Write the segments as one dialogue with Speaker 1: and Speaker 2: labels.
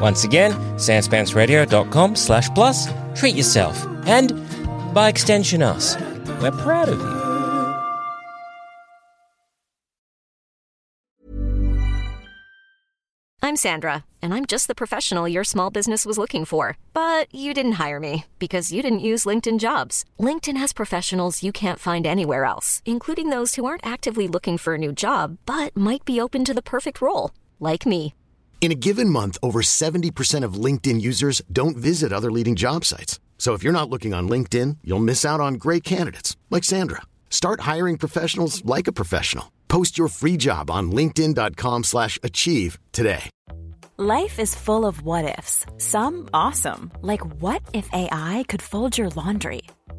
Speaker 1: Once again, sanspantsradio.com slash plus, treat yourself, and by extension us. We're proud of you.
Speaker 2: I'm Sandra, and I'm just the professional your small business was looking for. But you didn't hire me because you didn't use LinkedIn jobs. LinkedIn has professionals you can't find anywhere else, including those who aren't actively looking for a new job but might be open to the perfect role, like me.
Speaker 3: In a given month, over 70% of LinkedIn users don't visit other leading job sites. So if you're not looking on LinkedIn, you'll miss out on great candidates like Sandra. Start hiring professionals like a professional. Post your free job on linkedin.com/achieve slash achieve today.
Speaker 4: Life is full of what ifs. Some awesome, like what if AI could fold your laundry?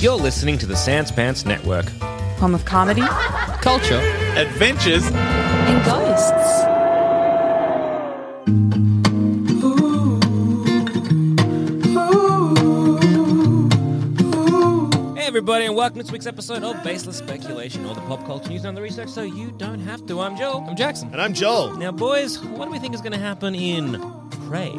Speaker 1: You're listening to the Sanspants Network.
Speaker 5: Home of comedy?
Speaker 1: Culture.
Speaker 6: Adventures.
Speaker 5: And ghosts.
Speaker 1: Hey everybody, and welcome to this week's episode of Baseless Speculation, all the pop culture news and the research so you don't have to. I'm Joel. I'm Jackson.
Speaker 6: And I'm Joel.
Speaker 1: Now, boys, what do we think is going to happen in Prey?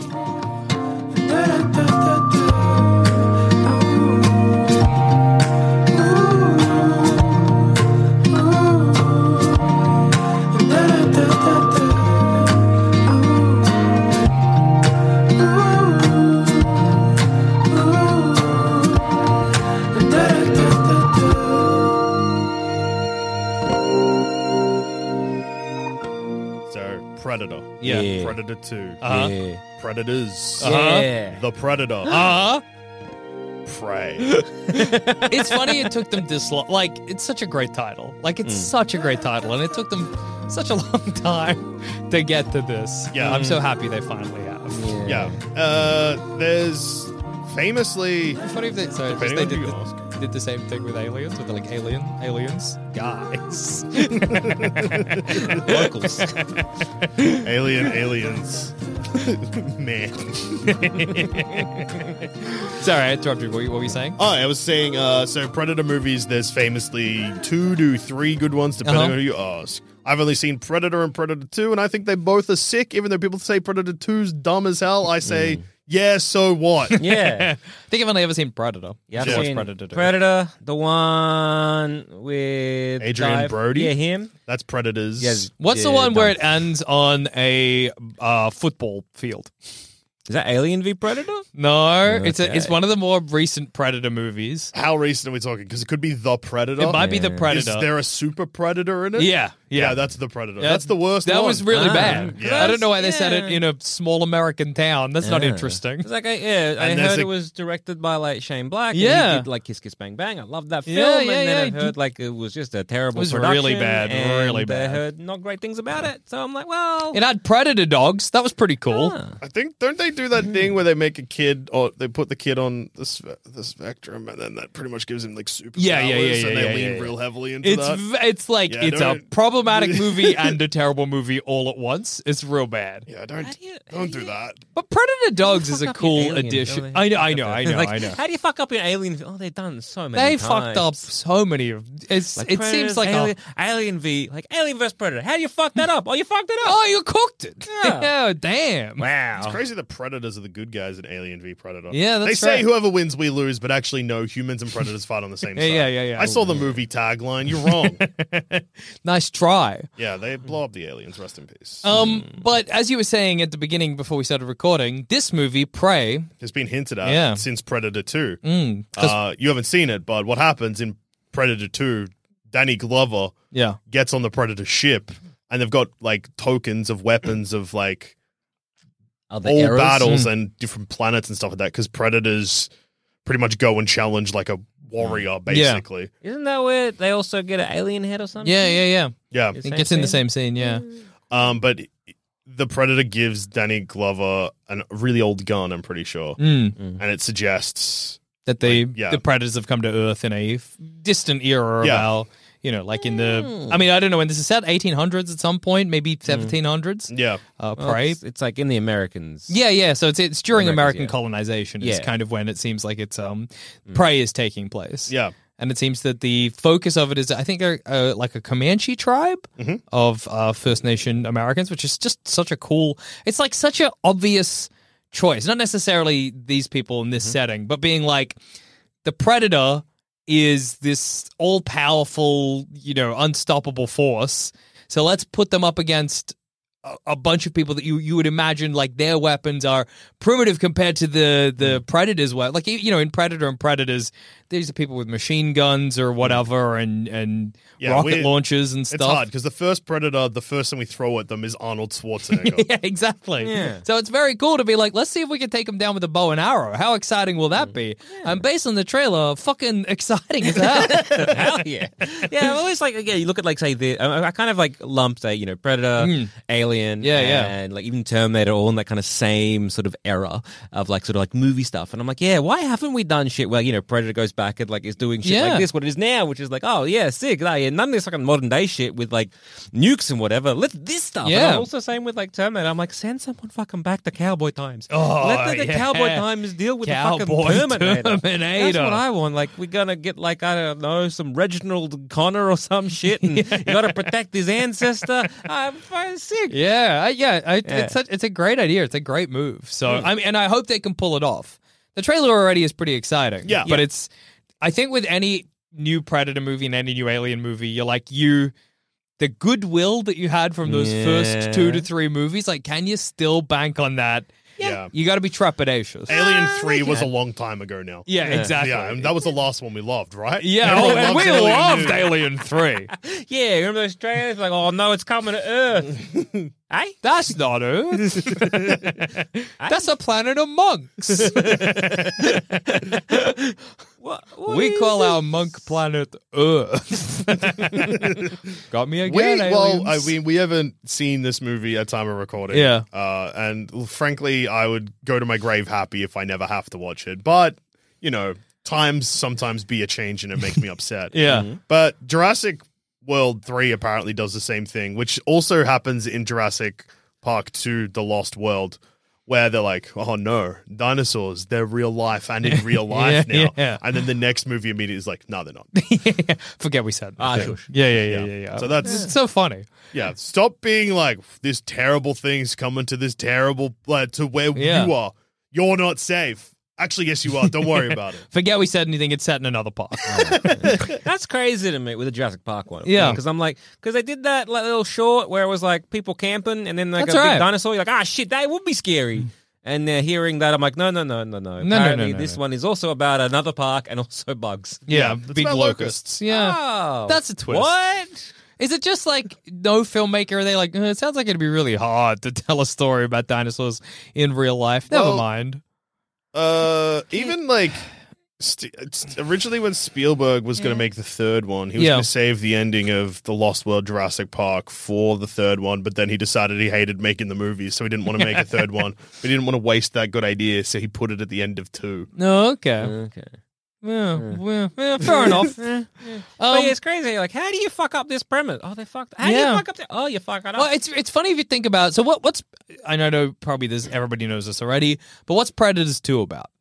Speaker 6: So, Predator.
Speaker 1: Yeah. Yeah.
Speaker 6: Predator 2. Uh-huh.
Speaker 1: Yeah. Uh-huh.
Speaker 6: Predators.
Speaker 1: Yeah.
Speaker 6: The Predator.
Speaker 7: Uh-huh.
Speaker 6: Prey.
Speaker 7: It's funny it took them this long. Like, it's such a great title. Like, it's such a great title, and it took them such a long time to get to this.
Speaker 6: Yeah.
Speaker 7: I'm so happy they finally have.
Speaker 6: yeah. Uh, there's famously.
Speaker 7: It's funny if they, so
Speaker 6: Depending
Speaker 7: they
Speaker 6: on
Speaker 7: did
Speaker 6: who you
Speaker 7: the, did the same thing with aliens, with like alien aliens guys.
Speaker 1: Locals.
Speaker 6: Alien aliens. Man.
Speaker 7: Sorry, I interrupted. you. What, what were you saying?
Speaker 6: Oh, I was saying, uh, so Predator movies, there's famously two to three good ones, depending
Speaker 7: Uh-huh.
Speaker 6: on who you ask. I've only seen Predator and Predator 2, and I think they both are sick, even though people say Predator 2's dumb as hell. I say, yeah, so what?
Speaker 1: Mm. Yeah.
Speaker 7: I think I've only ever seen Predator.
Speaker 1: Yeah, I've
Speaker 7: Just watched
Speaker 1: seen
Speaker 7: Predator. do.
Speaker 1: Predator, the one with
Speaker 6: Adrian
Speaker 1: Dive-
Speaker 6: Brody?
Speaker 1: Yeah, him.
Speaker 6: That's Predators.
Speaker 1: Yes.
Speaker 7: What's the
Speaker 1: Yeah,
Speaker 7: one where
Speaker 1: dumb.
Speaker 7: it ends on a uh, football field?
Speaker 1: Is that Alien v Predator?
Speaker 7: No, it's a, it's
Speaker 1: Okay.
Speaker 7: one of the more recent Predator movies.
Speaker 6: How recent are we talking? Because it could be The Predator.
Speaker 7: It might be the
Speaker 1: Yeah.
Speaker 6: Is
Speaker 7: Predator.
Speaker 6: there a super predator in it?
Speaker 7: Yeah, yeah.
Speaker 6: that's the predator.
Speaker 7: Yeah,
Speaker 6: that's the worst.
Speaker 7: That
Speaker 6: one.
Speaker 7: was really
Speaker 1: Ah,
Speaker 7: bad.
Speaker 6: yeah.
Speaker 7: I don't know why they said it
Speaker 1: Yeah.
Speaker 7: in a small American town. That's not
Speaker 1: Yeah.
Speaker 7: interesting.
Speaker 1: It's like I, yeah, I
Speaker 6: And there's
Speaker 1: heard
Speaker 6: a-
Speaker 1: it was directed by like Shane Black. and
Speaker 7: Yeah.
Speaker 1: he did like Kiss Kiss Bang Bang. I loved that film,
Speaker 7: Yeah,
Speaker 1: and
Speaker 7: yeah,
Speaker 1: then
Speaker 7: yeah.
Speaker 1: I heard like it was just a terrible.
Speaker 7: was really
Speaker 1: production,
Speaker 7: bad,
Speaker 1: and
Speaker 7: really bad.
Speaker 1: I heard not great things about it, so I'm like, well,
Speaker 7: It had predator dogs. That was pretty cool.
Speaker 1: ah.
Speaker 6: I think don't they do that thing where they make a kid or they put the kid on the sp- the spectrum and then that pretty much gives him like superpowers
Speaker 7: Yeah, yeah, yeah, yeah,
Speaker 6: and they
Speaker 7: yeah,
Speaker 6: lean
Speaker 7: yeah, yeah.
Speaker 6: real heavily into
Speaker 7: It's
Speaker 6: that.
Speaker 7: v it's like
Speaker 6: Yeah,
Speaker 7: it's a
Speaker 6: don't-
Speaker 7: problematic movie and a terrible movie all at once. It's real bad.
Speaker 6: yeah, don't
Speaker 1: do you-
Speaker 6: don't do that.
Speaker 7: But predator dogs is
Speaker 1: Fuck
Speaker 7: a
Speaker 1: up your
Speaker 7: cool
Speaker 1: Alien
Speaker 7: addition.
Speaker 1: film.
Speaker 7: I know, I know, I know,
Speaker 1: Like,
Speaker 7: I know.
Speaker 1: How do you fuck up your Alien? film? Oh, they've done so many.
Speaker 7: They
Speaker 1: times.
Speaker 7: fucked up so many of. It's,
Speaker 1: Like
Speaker 7: it
Speaker 1: Predators,
Speaker 7: seems like a
Speaker 1: Alien, Alien v like Alien vs Predator. How do you fuck that up? Oh, you fucked it up.
Speaker 7: Oh, you cooked it.
Speaker 1: Yeah.
Speaker 7: Yeah, damn.
Speaker 1: wow.
Speaker 6: It's crazy the predators are the good guys in Alien v Predator.
Speaker 7: Oh. Yeah, that's
Speaker 6: they say
Speaker 7: right.
Speaker 6: whoever wins we lose, but actually no, humans and predators fight on the same
Speaker 7: Yeah,
Speaker 6: side.
Speaker 7: yeah, yeah, yeah.
Speaker 6: I saw the movie tagline. You're wrong.
Speaker 7: Nice try, try.
Speaker 6: Yeah, they blow up the aliens. Rest in peace.
Speaker 7: Um,
Speaker 1: Hmm.
Speaker 7: but as you were saying at the beginning before we started recording, this movie, Prey,
Speaker 6: it's been hinted at
Speaker 7: Yeah. Mm,
Speaker 6: since Predator 2.
Speaker 7: 'cause-
Speaker 6: Uh, you haven't seen it, but what happens in Predator 2, Danny Glover
Speaker 7: yeah,
Speaker 6: gets on the Predator ship and they've got like tokens of weapons of like
Speaker 1: Other
Speaker 6: old
Speaker 1: eras?
Speaker 6: battles
Speaker 7: Mm.
Speaker 6: and different planets and stuff like that because Predators pretty much go and challenge like a warrior basically.
Speaker 1: Isn't that where they also get an alien head or something?
Speaker 7: yeah, yeah, yeah.
Speaker 6: Yeah.
Speaker 7: It gets in the same scene, yeah.
Speaker 1: Mm.
Speaker 6: Um, but the Predator gives Danny Glover an really old gun, I'm pretty sure.
Speaker 7: Mm.
Speaker 6: And it suggests
Speaker 7: That they,
Speaker 6: Like, yeah.
Speaker 7: the predators have come to Earth in a f- distant era of
Speaker 6: Yeah.
Speaker 7: our, you know, like in the.
Speaker 1: Mm.
Speaker 7: I mean, I don't know when this is set. 1800s at some point, maybe 1700s.
Speaker 6: Yeah.
Speaker 7: Uh,
Speaker 1: Well,
Speaker 7: Prey.
Speaker 1: Oh, It's, it's like in the Americans.
Speaker 7: Yeah, yeah. So it's it's during
Speaker 1: Americans,
Speaker 7: American
Speaker 1: yeah.
Speaker 7: colonization. It's
Speaker 1: Yeah.
Speaker 7: kind of when it seems like it's um prey is taking place.
Speaker 6: Yeah.
Speaker 7: and it seems that the focus of it is I think a, a, like a Comanche tribe of uh, First Nation Americans, which is just such a cool. It's like such an obvious choice. Not necessarily these people in this
Speaker 6: Mm-hmm.
Speaker 7: setting, but being like the predator is this all powerful, you know, unstoppable force. So let's put them up against a, a bunch of people that you, you would imagine like their weapons are primitive compared to the
Speaker 6: Mm.
Speaker 7: the predators. Were like you- you know in Predator and Predators, these are people with machine guns or whatever and
Speaker 6: Mm.
Speaker 7: and
Speaker 6: Yeah,
Speaker 7: rocket
Speaker 6: we're-
Speaker 7: launchers and
Speaker 6: It's hard
Speaker 7: stuff.
Speaker 6: because the first Predator, the first thing we throw at them is Arnold Schwarzenegger.
Speaker 7: yeah, exactly.
Speaker 1: Yeah.
Speaker 7: So it's very cool to be like, let's see if we can take them down with a bow and arrow. How exciting will
Speaker 1: Mm.
Speaker 7: that be? And based on the trailer, fucking exciting as hell.
Speaker 1: Hell yeah. Yeah, I'm always like, yeah, you look at like, say, the, I, I kind of like lump, say, you know, Predator, Alien,
Speaker 7: Hmm. Yeah, yeah.
Speaker 1: and like even Terminator, all in that kind of same sort of era of like sort of like movie stuff. And I'm like, yeah, why haven't we done shit where, you know, Predator goes back and like is doing shit
Speaker 7: Yeah.
Speaker 1: like this, what it is now, which is like, oh, yeah, sick. Nah, yeah, none of this fucking modern day shit with like nukes and whatever. Let this stuff. And
Speaker 7: Yeah.
Speaker 1: I'm also same with like Terminator. I'm like, send someone fucking back to cowboy times.
Speaker 7: Oh,
Speaker 1: Let the, the
Speaker 7: yeah.
Speaker 1: cowboy times deal with the
Speaker 7: Cowboy
Speaker 1: fucking Terminator. That's
Speaker 7: Terminator.
Speaker 1: what I I want. Like, we're gonna get like I don't know some Reginald Connor or some shit, and you gotta protect his ancestor. I'm fucking sick.
Speaker 7: Yeah, I- yeah, I,
Speaker 1: Yeah.
Speaker 7: It's such, it's a great idea. It's a great move. So
Speaker 6: Hmm.
Speaker 7: I mean, and I hope they can pull it off. The trailer already is pretty exciting.
Speaker 6: Yeah.
Speaker 7: but
Speaker 6: Yeah.
Speaker 7: it's I think with any new Predator movie and any new Alien movie, you're like you. The goodwill that you had from those first two
Speaker 1: Yeah.
Speaker 7: to three movies, like, can you still bank on that?
Speaker 6: Yeah.
Speaker 7: You got to be trepidatious.
Speaker 6: Alien 3 was a long time ago now.
Speaker 7: yeah, exactly.
Speaker 6: Yeah, and that was the last one we loved, right?
Speaker 7: Yeah,
Speaker 6: Everyone
Speaker 7: oh, and
Speaker 6: loves
Speaker 7: we
Speaker 6: Alien
Speaker 7: loved
Speaker 6: two.
Speaker 7: Alien Three.
Speaker 1: Yeah, remember those trailers? Like, oh no, it's coming to Earth. hey,
Speaker 7: That's not Earth. That's a planet of monks.
Speaker 1: what,
Speaker 7: We call our monk planet Earth. Got me
Speaker 6: We,
Speaker 7: again. aliens.
Speaker 6: well, I mean, we haven't seen this movie at time of recording.
Speaker 7: Yeah.
Speaker 6: Uh, and frankly, I would go to my grave happy if I never have to watch it. But, you know, times sometimes be a change and it makes me upset.
Speaker 7: yeah,
Speaker 6: But Jurassic World 3 apparently does the same thing, which also happens in Jurassic Park 2 The Lost World, where they're like, oh no, dinosaurs, they're real life and in real life
Speaker 7: Yeah,
Speaker 6: now.
Speaker 7: yeah.
Speaker 6: And then the next movie immediately is like, no, they're not.
Speaker 7: forget we said. that.
Speaker 1: Ah,
Speaker 7: yeah.
Speaker 1: shush.
Speaker 7: yeah, yeah, yeah,
Speaker 6: Yeah.
Speaker 7: yeah, yeah.
Speaker 6: So that's-
Speaker 7: It's so funny.
Speaker 6: Yeah, stop being like, this terrible thing's coming to this terrible, like, to where
Speaker 7: Yeah.
Speaker 6: you are. You're not safe. Actually, yes, you are. Don't worry about it.
Speaker 7: Forget we said anything. It's set in another park.
Speaker 1: That's crazy to me with the Jurassic Park one.
Speaker 7: Yeah.
Speaker 1: because I'm like, because they did that like, little short where it was like people camping and then like
Speaker 7: That's
Speaker 1: a
Speaker 7: right. Mm.
Speaker 1: big dinosaur. You're like, ah, shit, that would be scary. And they're hearing that, I'm like, no, no, no, no, no.
Speaker 7: no,
Speaker 1: Apparently,
Speaker 7: no,
Speaker 1: this
Speaker 7: no.
Speaker 1: one is also about another park and also bugs.
Speaker 7: yeah,
Speaker 6: Yeah, it's
Speaker 7: big
Speaker 6: about
Speaker 7: locusts.
Speaker 6: locusts.
Speaker 7: Yeah,
Speaker 1: Oh,
Speaker 7: that's a twist.
Speaker 1: What?
Speaker 7: Is it just like no filmmaker? Are they like "Uh, it sounds like it'd be really hard to tell a story about dinosaurs in real life? Never
Speaker 6: Well-
Speaker 7: mind.
Speaker 6: Uh, even like st- st- originally when Spielberg was going to make the third one, he was
Speaker 7: Yeah.
Speaker 6: going to save the ending of the Lost World Jurassic Park for the third one, but then he decided he hated making the movies, so he didn't want to make a third one. He didn't want to waste that good idea, so he put it at the end of two.
Speaker 7: No, okay.
Speaker 1: Okay.
Speaker 7: Yeah, well, yeah, fair enough.
Speaker 1: Yeah.
Speaker 7: Um,
Speaker 1: but Oh, yeah, it's crazy. Like, how do you fuck up this premise? Oh, they fucked. How do
Speaker 7: Yeah.
Speaker 1: you fuck up? The- oh, you fuck it up.
Speaker 7: Well, it's it's funny if you think about. So what what's I know, know probably this everybody knows this already, but what's Predators two about?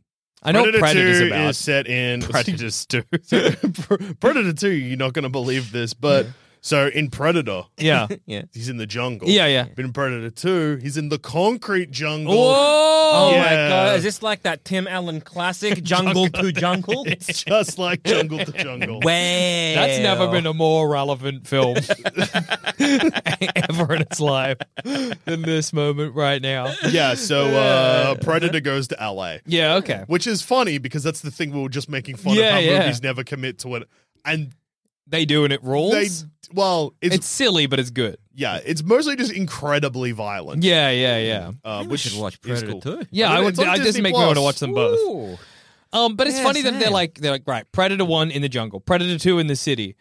Speaker 7: I know what Predators
Speaker 6: Two
Speaker 7: about.
Speaker 6: is set in
Speaker 7: Predators two.
Speaker 6: Predator Two. You're not going to believe this, but So in Predator,
Speaker 7: Yeah.
Speaker 1: Yeah.
Speaker 6: he's in the jungle.
Speaker 7: Yeah, yeah.
Speaker 6: But in Predator 2, he's in the concrete jungle.
Speaker 1: Oh
Speaker 7: Whoa!
Speaker 1: my
Speaker 6: Yeah.
Speaker 1: god! Is this like that Tim Allen classic, Jungle to Jungle?
Speaker 6: It's just like jungle to jungle.
Speaker 1: Well,
Speaker 7: That's never been a more relevant film ever in its life than this moment right now.
Speaker 6: yeah, so uh, Predator goes to LA.
Speaker 7: Uh-huh. Yeah, okay.
Speaker 6: Which is funny because that's the thing we were just making fun
Speaker 7: Yeah,
Speaker 6: of how
Speaker 7: yeah.
Speaker 6: movies never commit to it. And
Speaker 7: They do and it rules.
Speaker 6: they well, it's,
Speaker 7: it's silly, but it's good.
Speaker 6: yeah, it's mostly just incredibly violent.
Speaker 7: Yeah, yeah, yeah.
Speaker 6: Uh,
Speaker 1: we
Speaker 6: which
Speaker 1: should watch
Speaker 6: is
Speaker 1: Predator
Speaker 6: cool.
Speaker 1: too.
Speaker 7: Yeah,
Speaker 6: I
Speaker 7: I
Speaker 6: mean,
Speaker 7: would.
Speaker 6: it's on
Speaker 7: I just
Speaker 6: Disney
Speaker 7: make me want to
Speaker 6: Plus.
Speaker 7: watch them both. Um, but it's
Speaker 1: Yeah,
Speaker 7: funny that they're
Speaker 1: same.
Speaker 7: like they're like right, Predator one in the jungle, Predator two in the city,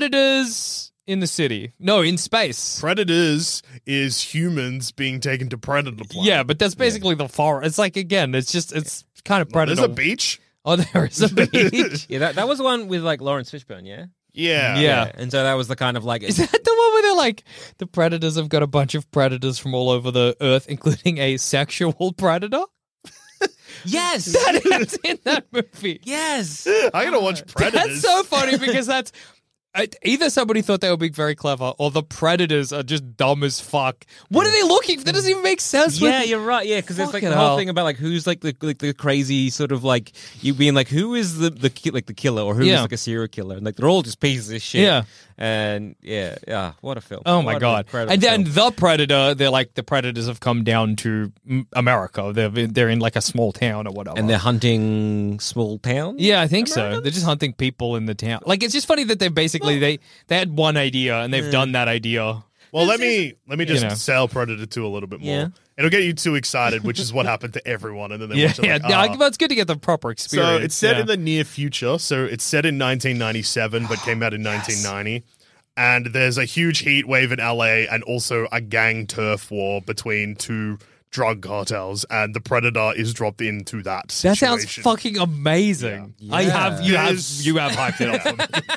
Speaker 7: Predators in the city. No, in space.
Speaker 6: Predators is humans being taken to Predator planet.
Speaker 7: yeah, but that's basically the forest. It's like again, it's just it's kind of
Speaker 6: Well,
Speaker 7: Predator.
Speaker 6: There's a beach.
Speaker 7: Oh, there is a beach.
Speaker 1: Yeah, that, that was the one with like Lawrence Fishburne, yeah?
Speaker 6: Yeah.
Speaker 7: Yeah.
Speaker 1: And so that was the kind of like
Speaker 7: Is that the one where they're like, the predators have got a bunch of predators from all over the earth, including a sexual predator?
Speaker 1: yes,
Speaker 7: That is in that movie.
Speaker 1: yes.
Speaker 6: I gotta watch
Speaker 7: That's
Speaker 6: Predators.
Speaker 7: so funny because that's I- either somebody thought they were being very clever or the predators are just dumb as fuck. What are they looking for? That doesn't even make sense.
Speaker 1: Yeah,
Speaker 7: with-
Speaker 1: you're right. Yeah, because it's like
Speaker 7: Fucking
Speaker 1: the whole
Speaker 7: hell.
Speaker 1: thing about like who's like the like the crazy sort of like you being like who is the the ki- like the killer or who's
Speaker 7: Yeah.
Speaker 1: like a serial killer and like they're all just pieces of shit.
Speaker 7: Yeah.
Speaker 1: and yeah, yeah. What a film!
Speaker 7: Oh my
Speaker 1: What an
Speaker 7: god!
Speaker 1: incredible
Speaker 7: And then
Speaker 1: film.
Speaker 7: the predator, they're like the predators have come down to mm, America. They're they're in like a small town or whatever.
Speaker 1: and they're hunting small towns.
Speaker 7: Yeah, I think so. They're just hunting people in the town. Like it's just funny that they basically they they had one idea and they've done that idea.
Speaker 6: Well, let me let me just
Speaker 7: know.
Speaker 6: sell Predator 2 a little bit more.
Speaker 1: Yeah.
Speaker 6: It'll get you too excited, which is what happened to everyone, and then they
Speaker 7: Yeah,
Speaker 6: watch it
Speaker 7: yeah.
Speaker 6: like,
Speaker 7: I-
Speaker 6: ah.
Speaker 7: well, it's good to get the proper experience.
Speaker 6: So it's set
Speaker 7: yeah.
Speaker 6: in the near future. So it's set in 1997, but came out in 1990. And there's a huge heat wave in LA, and also a gang turf war between two drug cartels. And the Predator is dropped into that. Situation.
Speaker 7: That sounds fucking amazing. I have you
Speaker 6: It
Speaker 7: have
Speaker 6: is-
Speaker 7: you have hyped it up.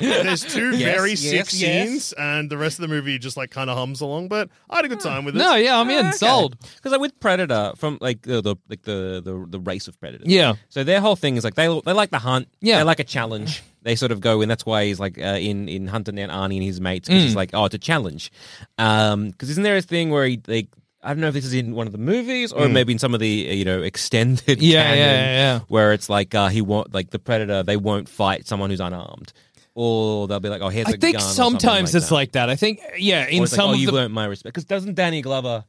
Speaker 6: There's two very
Speaker 1: yes,
Speaker 6: sick
Speaker 1: yes.
Speaker 6: scenes, and the rest of the movie just like kind of hums along. But I had a good time with it.
Speaker 7: no, yeah, I'm in. Sold.
Speaker 1: Because like with Predator, from like the the like the, the the race of predators.
Speaker 7: Yeah.
Speaker 1: So their whole thing is like they they like the hunt.
Speaker 7: Yeah.
Speaker 1: They like a challenge. They sort of go in. That's why he's like uh, in in Hunter and Arnie and his mates. Cause
Speaker 7: Mm.
Speaker 1: He's like, oh, it's a challenge. Um, because isn't there a thing where he like. I don't know if this is in one of the movies or maybe in some of the uh, you know extended
Speaker 7: Mm. Yeah,
Speaker 1: canon
Speaker 7: yeah, yeah, yeah.
Speaker 1: where it's like uh, he won't like the predator they won't fight someone who's unarmed or they'll be like oh here's a
Speaker 7: I
Speaker 1: gun
Speaker 7: think
Speaker 1: or something
Speaker 7: sometimes
Speaker 1: like
Speaker 7: it's
Speaker 1: that.
Speaker 7: like that. I think yeah, in
Speaker 1: Or it's like,
Speaker 7: some
Speaker 1: oh,
Speaker 7: of
Speaker 1: you've
Speaker 7: the
Speaker 1: earned my respect because doesn't Danny Glover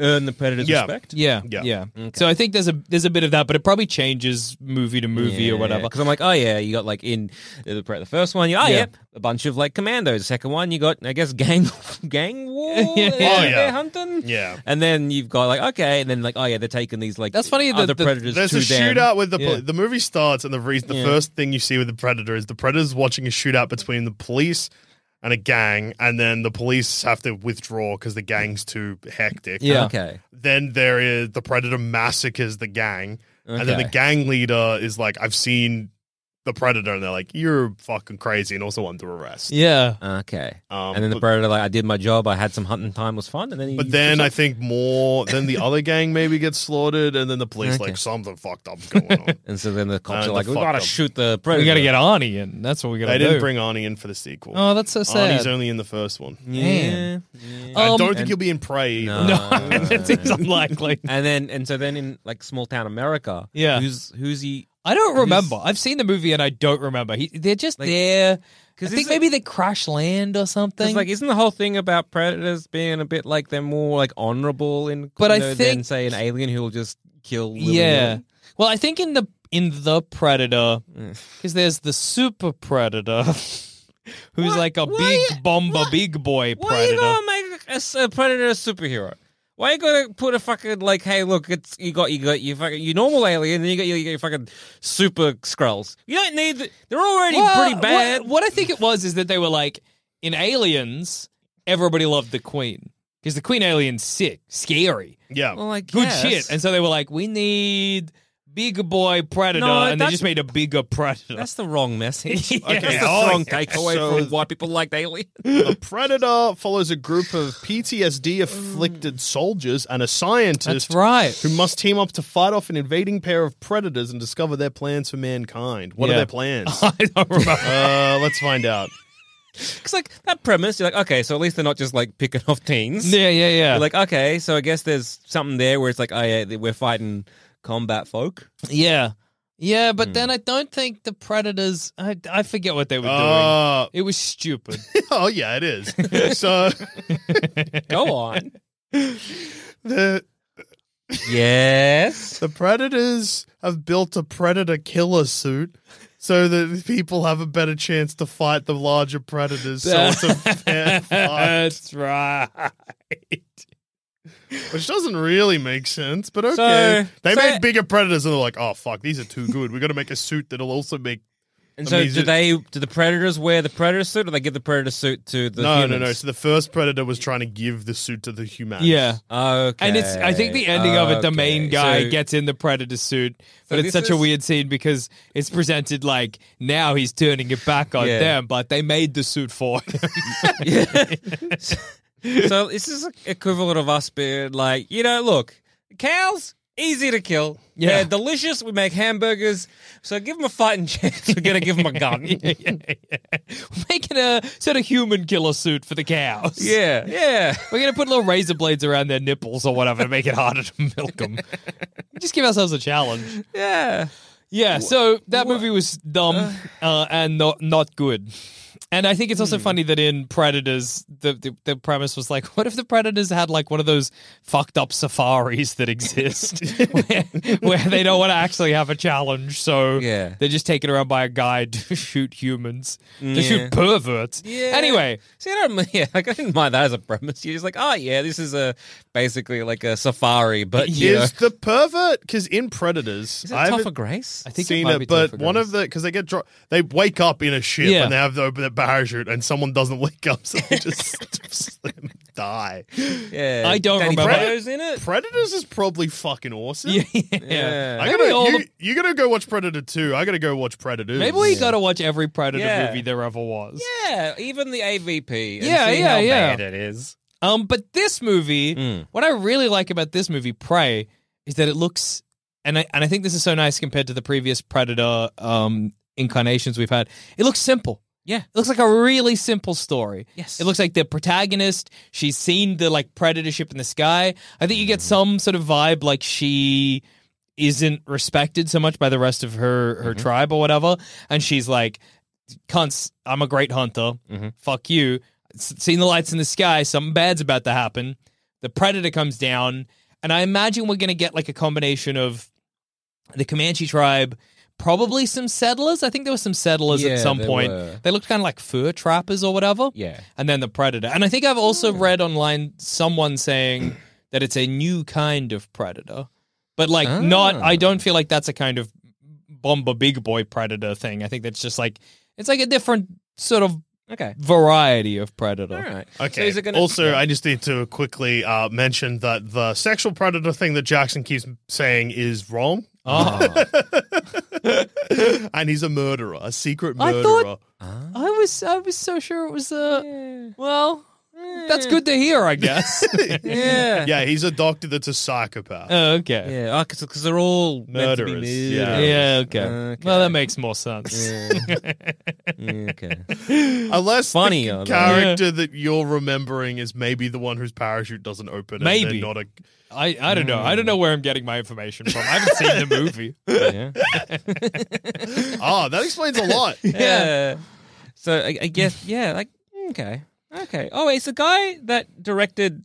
Speaker 1: earn the Predator's
Speaker 6: Yeah.
Speaker 1: respect?
Speaker 7: yeah, yeah.
Speaker 6: Yeah.
Speaker 7: So I think there's a there's a bit of that, but it probably changes movie to movie or whatever.
Speaker 1: Because I'm like, oh yeah, you got like in the, pre- the first one, you, oh yeah.
Speaker 7: Yeah.
Speaker 1: a bunch of like commandos. The second one, you got I guess gang gang war. yeah.
Speaker 7: Oh,
Speaker 1: They're
Speaker 6: yeah.
Speaker 1: hunting.
Speaker 6: Yeah.
Speaker 1: and then you've got like okay, and then like oh yeah, they're taking these like
Speaker 7: That's funny that
Speaker 1: other
Speaker 7: the-
Speaker 1: predators
Speaker 6: There's
Speaker 1: to
Speaker 6: a
Speaker 1: them.
Speaker 6: shootout with the poli-
Speaker 7: Yeah.
Speaker 6: the movie starts, and the reason the first thing you see with the predator is the predator's watching a shootout between the police and a gang, and then the police have to withdraw because the gang's too hectic.
Speaker 7: Yeah.
Speaker 1: Okay,
Speaker 6: Then there is the predator massacres the gang, and then
Speaker 1: Okay.
Speaker 6: the gang leader is like, "I've seen the predator," and they're like, "You're fucking crazy," and also under arrest.
Speaker 7: Yeah.
Speaker 1: okay.
Speaker 6: Um,
Speaker 1: and then the
Speaker 6: but-
Speaker 1: predator like I did my job. I had some hunting time. Was fun. And then he
Speaker 6: But then I think more then the other gang maybe gets slaughtered, and then the police like something fucked up's going on.
Speaker 1: and so then the cops
Speaker 6: Uh,
Speaker 1: are like,
Speaker 6: the
Speaker 1: we
Speaker 6: fucked
Speaker 1: gotta
Speaker 6: up.
Speaker 1: shoot the predator.
Speaker 7: We gotta get Arnie in. That's what we gotta
Speaker 6: they
Speaker 7: do.
Speaker 6: didn't bring Arnie in for the sequel.
Speaker 7: Oh, that's so sad.
Speaker 6: Arnie's only in the first one.
Speaker 1: Yeah.
Speaker 6: I
Speaker 7: Um,
Speaker 6: don't think he'll be in Prey. either.
Speaker 7: No, that seems unlikely.
Speaker 1: And then and so then in like small town America,
Speaker 7: Yeah.
Speaker 1: who's who's he?
Speaker 7: I don't remember. I've seen the movie and I don't remember. He, they're just there. I
Speaker 1: 'cause
Speaker 7: think
Speaker 1: isn't-
Speaker 7: maybe they crash land or something.
Speaker 1: Because like, isn't the whole thing about predators being a bit like they're more like honorable in,
Speaker 7: But
Speaker 1: you
Speaker 7: I
Speaker 1: know, than
Speaker 7: think-
Speaker 1: say an alien who will just kill. willy-nilly?
Speaker 7: yeah. Well, I think in the in the Predator,
Speaker 1: Eh.
Speaker 7: because there's the Super Predator, who's like a
Speaker 1: Why you-
Speaker 7: big bomber,
Speaker 1: why-
Speaker 7: big boy
Speaker 1: Why you
Speaker 7: predator.
Speaker 1: gonna make a, s- a predator a superhero? Why you gonna put a fucking like, hey, look, it's you got you got your fucking your normal alien, and you got your, you got your fucking super scrolls. You don't need. th- They're already
Speaker 7: Well,
Speaker 1: pretty bad.
Speaker 7: What, what I think it was is that they were like in Aliens, everybody loved the Queen because the Queen alien's sick, scary.
Speaker 6: Yeah.
Speaker 1: Well, I
Speaker 7: good
Speaker 1: guess.
Speaker 7: shit. And so they were like, we need big boy predator,
Speaker 1: No,
Speaker 7: and they
Speaker 1: that's-
Speaker 7: just made a bigger predator.
Speaker 1: That's the wrong message. That's the
Speaker 6: oh,
Speaker 1: wrong
Speaker 6: yeah.
Speaker 1: takeaway
Speaker 6: So-
Speaker 1: from why people liked aliens.
Speaker 6: the Predator follows a group of PTSD afflicted soldiers and a scientist
Speaker 7: Mm. That's right.
Speaker 6: who must team up to fight off an invading pair of predators and discover their plans for mankind. What
Speaker 7: Yeah.
Speaker 6: are their plans?
Speaker 7: I don't remember.
Speaker 6: uh, let's find out.
Speaker 1: It's like that premise. You're like, okay, so at least they're not just like picking off teens.
Speaker 7: Yeah, yeah, yeah.
Speaker 1: You're like, okay, so I guess there's something there where it's like, I uh, we're fighting combat folk.
Speaker 7: yeah. Yeah, but then I don't think the Predators. I, I forget what they were doing.
Speaker 6: Uh,
Speaker 7: It was stupid.
Speaker 6: oh yeah, it is. so
Speaker 1: Go on.
Speaker 6: the
Speaker 1: yes.
Speaker 6: the predators have built a predator killer suit so that people have a better chance to fight the larger predators. So it's a fair fight,
Speaker 7: That's right.
Speaker 6: which doesn't really make sense, but okay. they
Speaker 1: so-
Speaker 6: made bigger predators, and they're like, "Oh fuck, these are too good. We got to make a suit that'll also make."
Speaker 1: And so, do
Speaker 6: Amazing.
Speaker 1: they? Do the predators wear the predator suit, or they give the predator suit to the?
Speaker 6: no, no,
Speaker 1: humans?
Speaker 6: no. So the first predator was trying to give the suit to the humans.
Speaker 7: Yeah.
Speaker 1: Okay.
Speaker 7: And it's I think the ending of it, the main
Speaker 1: Okay.
Speaker 7: guy
Speaker 1: So-
Speaker 7: gets in the predator suit, but it's
Speaker 1: this
Speaker 7: such a
Speaker 1: is-
Speaker 7: weird scene because it's presented like now he's turning it back on
Speaker 1: Yeah.
Speaker 7: them, but they made the suit for him.
Speaker 1: so this is equivalent of us being like, you know, look, cows easy to kill.
Speaker 7: Yeah.
Speaker 1: They're delicious. We make hamburgers. So give them a fighting chance. We're gonna give them a gun. yeah,
Speaker 7: Making a sort of human killer suit for the cows.
Speaker 1: yeah.
Speaker 7: We're gonna put little razor blades around their nipples or whatever to make it harder to milk them. Just give ourselves a challenge.
Speaker 1: Yeah.
Speaker 7: Yeah, so that movie was dumb uh, and not not good. And I think it's also funny that in Predators, the, the the premise was like, what if the Predators had like one of those fucked up safaris that exist, where, where they don't want to actually have a challenge, so
Speaker 1: Yeah.
Speaker 7: they're just taken around by a guide to shoot humans, to
Speaker 1: Yeah.
Speaker 7: shoot perverts.
Speaker 1: Yeah.
Speaker 7: Anyway,
Speaker 1: See, I don't. Yeah, like I didn't mind that as a premise. You're just like, oh yeah, this is a basically like a safari, but you know,
Speaker 6: Is the pervert because in Predators,
Speaker 1: is it
Speaker 6: I haven't-
Speaker 1: tougher grace?
Speaker 7: I think
Speaker 6: seen
Speaker 7: it, might
Speaker 6: it,
Speaker 7: be
Speaker 6: but
Speaker 7: Topher
Speaker 6: one
Speaker 7: Grace.
Speaker 6: of the because they get dro- they wake up in a ship
Speaker 7: Yeah.
Speaker 6: and they have to open their parachute and someone doesn't wake up, so they just, just let them die.
Speaker 1: Yeah,
Speaker 7: I don't
Speaker 1: Danny
Speaker 7: remember.
Speaker 1: Trejo's in it.
Speaker 6: Predators is probably fucking awesome.
Speaker 7: yeah,
Speaker 1: Yeah.
Speaker 6: I
Speaker 7: Maybe
Speaker 6: gotta,
Speaker 7: all
Speaker 6: you,
Speaker 7: the-
Speaker 6: you gotta go watch Predator 2. I gotta go watch Predators.
Speaker 7: Maybe we got to watch every Predator
Speaker 1: Yeah.
Speaker 7: movie there ever was.
Speaker 1: Yeah, even the AVP. And
Speaker 7: Yeah,
Speaker 1: see
Speaker 7: yeah,
Speaker 1: how
Speaker 7: yeah.
Speaker 1: Bad it is.
Speaker 7: Um, but this movie,
Speaker 1: Mm.
Speaker 7: what I really like about this movie, Prey, is that it looks, and I and I think this is so nice compared to the previous Predator um incarnations we've had. It looks simple.
Speaker 1: Yeah.
Speaker 7: It looks like a really simple story.
Speaker 1: Yes.
Speaker 7: It looks like the protagonist, she's seen the like predator ship in the sky. I think you get some sort of vibe like she isn't respected so much by the rest of her
Speaker 1: Mm-hmm.
Speaker 7: her tribe or whatever and she's like cunts i'm a great hunter
Speaker 1: Mm-hmm.
Speaker 7: fuck you S- seen the lights in the sky something bad's about to happen the predator comes down and i imagine we're going to get like a combination of the comanche tribe probably some settlers i think there were some settlers
Speaker 1: Yeah,
Speaker 7: at some
Speaker 1: there
Speaker 7: point
Speaker 1: were.
Speaker 7: they looked kind of like fur trappers or whatever
Speaker 1: Yeah.
Speaker 7: and then the predator and i think i've also
Speaker 1: Hmm.
Speaker 7: read online someone saying that it's a new kind of predator but like not
Speaker 1: Ah.
Speaker 7: i don't feel like that's a kind of bomber big boy predator thing i think that's just like it's like a different sort of
Speaker 1: Okay.
Speaker 7: variety of predator
Speaker 1: All right. So
Speaker 6: Okay.
Speaker 1: is it gonna,
Speaker 6: also, I just need to quickly uh, mention that the sexual predator thing that Jackson keeps saying is wrong.
Speaker 7: oh,
Speaker 6: and he's a murderer, a secret
Speaker 7: I
Speaker 6: murderer.
Speaker 7: thought- i was i was so sure it was uh well that's good to hear i guess
Speaker 1: yeah.
Speaker 6: yeah, he's a doctor that's a psychopath.
Speaker 7: oh, okay
Speaker 1: Yeah, because they're all
Speaker 6: Murderers,
Speaker 1: Meant to be
Speaker 6: yeah.
Speaker 1: murderers.
Speaker 7: Yeah, okay.
Speaker 1: Okay.
Speaker 7: Well, that makes more sense.
Speaker 1: Yeah, okay.
Speaker 6: Unless
Speaker 1: Funny,
Speaker 6: the
Speaker 1: although.
Speaker 6: character that you're remembering is maybe the one whose parachute doesn't open. and
Speaker 7: Maybe.
Speaker 6: they're not a.
Speaker 7: I, I don't know. I
Speaker 1: Hmm.
Speaker 7: don't know where I'm getting my information from. I haven't seen the movie.
Speaker 1: Yeah.
Speaker 6: Ah, that explains a lot.
Speaker 1: Yeah. So I, I guess yeah, like okay, okay. Oh, it's the guy that directed.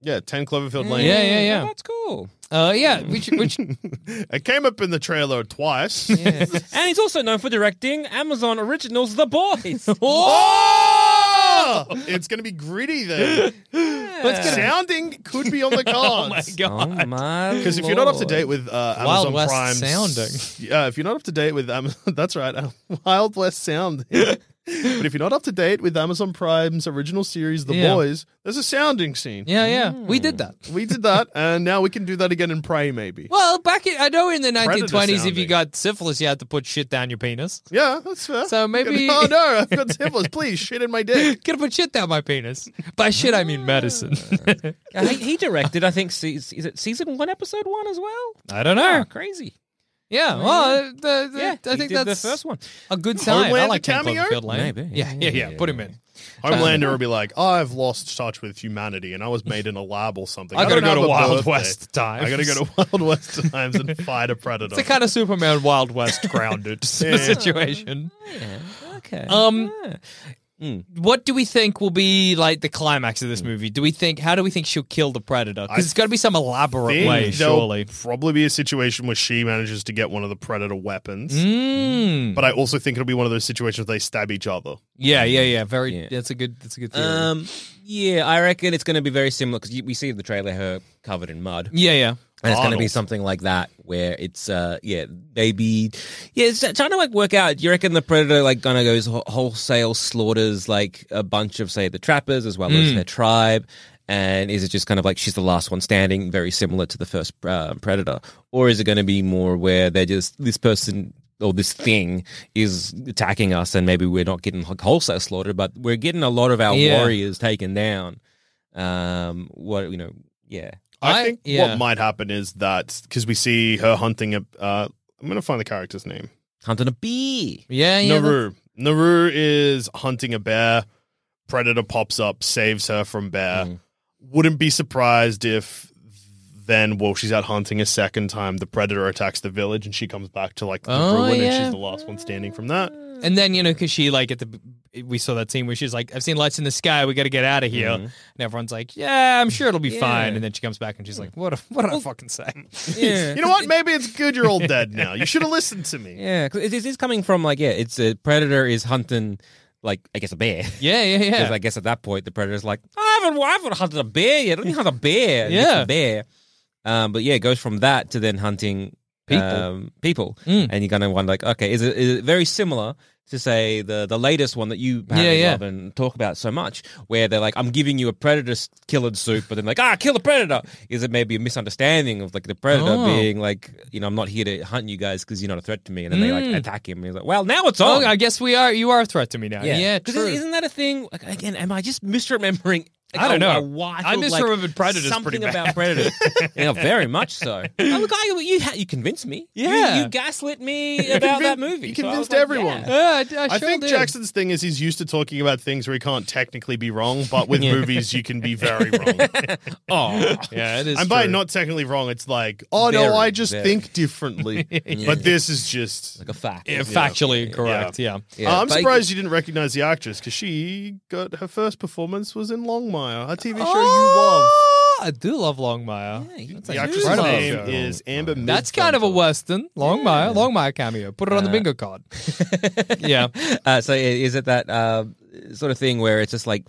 Speaker 6: yeah, Ten Cloverfield Lane.
Speaker 7: Yeah, yeah, yeah.
Speaker 1: Oh, that's cool.
Speaker 7: Uh, yeah, which which
Speaker 6: It came up in the trailer twice.
Speaker 1: Yeah. and he's also known for directing Amazon originals The Boys.
Speaker 6: Oh! It's going to be gritty then.
Speaker 1: Let's get
Speaker 6: Sounding could be on the cards.
Speaker 7: my God.
Speaker 1: Oh my!
Speaker 6: Because if you're not up to date with uh, Amazon
Speaker 7: Wild West
Speaker 6: Prime's-
Speaker 7: sounding.
Speaker 6: yeah, if you're not up to date with Amazon, that's right, uh, Wild West sounding. but if you're not up to date with Amazon Prime's original series, The
Speaker 7: Yeah.
Speaker 6: Boys, there's a sounding scene.
Speaker 7: Yeah, yeah, we did
Speaker 1: Hmm.
Speaker 7: that.
Speaker 6: We did that, and now we can do that again in Prey, maybe.
Speaker 7: Well, back in I know in the 1920s, if you
Speaker 6: sounding.
Speaker 7: got syphilis, you had to put shit down your penis.
Speaker 6: Yeah, that's fair.
Speaker 7: So maybe-
Speaker 6: Oh no, I've got syphilis. Please shit in my dick.
Speaker 7: Gotta put shit down my penis. By shit, I mean medicine.
Speaker 1: Uh, he, he directed, I think, se- is it season one, episode one as well?
Speaker 7: I don't know.
Speaker 1: Oh, crazy.
Speaker 7: Yeah, well, the, the,
Speaker 1: Yeah,
Speaker 7: I
Speaker 1: he
Speaker 7: think
Speaker 1: did the
Speaker 7: that's
Speaker 1: first one.
Speaker 7: A good sign. I
Speaker 6: Homelander
Speaker 7: like Ten
Speaker 6: cameo?
Speaker 7: Cloverfield Lane.
Speaker 1: Maybe.
Speaker 7: Yeah, yeah, yeah. Put him in.
Speaker 6: Homelander will be like, I've lost touch with humanity and I was made in a lab or something.
Speaker 7: I
Speaker 6: don't
Speaker 7: gotta go
Speaker 6: have
Speaker 7: to
Speaker 6: a
Speaker 7: Wild
Speaker 6: birthday.
Speaker 7: West times."
Speaker 6: I gotta go to Wild West times and fight a predator.
Speaker 7: It's a kind of Superman Wild West grounded sort of situation.
Speaker 1: Okay.
Speaker 7: Um,
Speaker 6: Hmm.
Speaker 7: what do we think will be like the climax of this movie? Do we think? How do we think she'll kill the predator?
Speaker 6: I
Speaker 7: Because it's got to be some elaborate
Speaker 6: thing.
Speaker 7: way,
Speaker 6: There'll
Speaker 7: surely.
Speaker 6: probably be a situation where she manages to get one of the predator weapons.
Speaker 7: Mm.
Speaker 6: But I also think it'll be one of those situations where they stab each other.
Speaker 7: Yeah, yeah, yeah. Very.
Speaker 1: Yeah.
Speaker 7: That's a good. That's a good theory.
Speaker 1: Um, yeah, I reckon it's going to be very similar because we see the trailer her covered in mud, and
Speaker 7: yeah, yeah.
Speaker 1: it's going to be
Speaker 6: Arnold.
Speaker 1: something like that where it's uh, yeah, maybe yeah, it's trying to like work out. You reckon the predator like going to goes wh- wholesale slaughters like a bunch of say the trappers as well as their tribe. And is it just kind of like she's the last one standing, very similar to the first uh, predator, or is it going to be more where they're just this person or this thing is attacking us, and maybe we're not getting like, wholesale slaughtered, but we're getting a lot of our
Speaker 7: Yeah.
Speaker 1: warriors taken down? um what you know yeah
Speaker 6: I,
Speaker 7: I-
Speaker 6: think
Speaker 7: yeah.
Speaker 6: what might happen is that because we see her hunting a. Uh, I'm going to find the character's name.
Speaker 1: hunting a bee
Speaker 7: Yeah, yeah. that-
Speaker 6: Naru. Naru is hunting a bear. Predator pops up, saves her from bear.
Speaker 1: Hmm.
Speaker 6: Wouldn't be surprised if then, while she's out hunting a second time, the predator attacks the village and she comes back to like the
Speaker 7: Oh,
Speaker 6: ruin and
Speaker 7: yeah.
Speaker 6: she's the last one standing from that.
Speaker 7: And then you know, because she like at the we saw that scene where she's like, "I've seen lights in the sky. We got to get out of here."
Speaker 6: Mm-hmm.
Speaker 7: And everyone's like, "Yeah, I'm sure it'll be fine." And then she comes back and she's like, "What? A, what did I fucking say?"
Speaker 1: yeah
Speaker 6: You know what? Maybe it's good you're all dead now. You should have listened to me.
Speaker 1: yeah 'cause it- it is coming from like yeah it's a predator is hunting like i guess a bear
Speaker 7: Yeah, yeah, yeah.
Speaker 1: because i guess at that point the predator's like i haven't i haven't hunted a bear yet i don't hunt a bear And he
Speaker 7: Yeah.
Speaker 1: gets the bear um but yeah it goes from that to then hunting
Speaker 7: People.
Speaker 1: um, people
Speaker 7: Mm.
Speaker 1: and you're gonna wonder like okay is it, is it very similar to say the the latest one that you apparently
Speaker 7: yeah.
Speaker 1: love and talk about so much where they're like i'm giving you a predator s- killer soup but then like ah kill the predator is it maybe a misunderstanding of like the predator
Speaker 7: Oh.
Speaker 1: being like you know i'm not here to hunt you guys because you're not a threat to me and then they like
Speaker 7: Mm.
Speaker 1: attack him and he's like well now it's on
Speaker 7: Oh, I guess we are. You are a threat to me now. Yeah,
Speaker 1: because
Speaker 7: true.
Speaker 1: Isn't that a thing? Like, again, am I just misremembering? like,
Speaker 7: I don't
Speaker 1: a- A
Speaker 7: know.
Speaker 1: wild,
Speaker 7: I
Speaker 1: like,
Speaker 7: misremembered Predators
Speaker 1: Something
Speaker 7: pretty
Speaker 1: about
Speaker 7: bad.
Speaker 1: Predators. yeah, very much so. Oh, look, I, you ha- you convinced me. You-
Speaker 7: Yeah.
Speaker 1: you, gaslit me about that
Speaker 6: convin-
Speaker 1: movie.
Speaker 6: you
Speaker 1: So I was
Speaker 6: convinced
Speaker 1: like,
Speaker 6: everyone.
Speaker 1: yeah.
Speaker 7: Yeah, I, I
Speaker 6: I
Speaker 7: sure
Speaker 6: think
Speaker 7: did.
Speaker 6: Jackson's thing is he's used to talking about things where he can't technically be wrong, but with movies you can be very wrong.
Speaker 7: Oh, yeah, it is.
Speaker 6: And by
Speaker 7: true.
Speaker 6: not technically wrong, it's like, oh
Speaker 1: Very,
Speaker 6: no, I just
Speaker 1: very.
Speaker 6: think differently. But this is just.
Speaker 1: Like a fact.
Speaker 7: Yeah, factually correct. Yeah.
Speaker 1: Yeah,
Speaker 6: I'm
Speaker 1: but-
Speaker 6: surprised you didn't recognize the actress because she got her first performance was in Longmire, a TV show
Speaker 7: Oh, I do love Longmire.
Speaker 1: Yeah,
Speaker 6: you love. The actress's
Speaker 7: incredible
Speaker 6: name
Speaker 7: show.
Speaker 6: is Amber.
Speaker 7: That's kind of a
Speaker 6: Midthunter.
Speaker 7: Western. Longmire. Longmire cameo. Put it on the bingo card. yeah.
Speaker 1: Uh, so i- is it that uh, sort of thing where it's just like,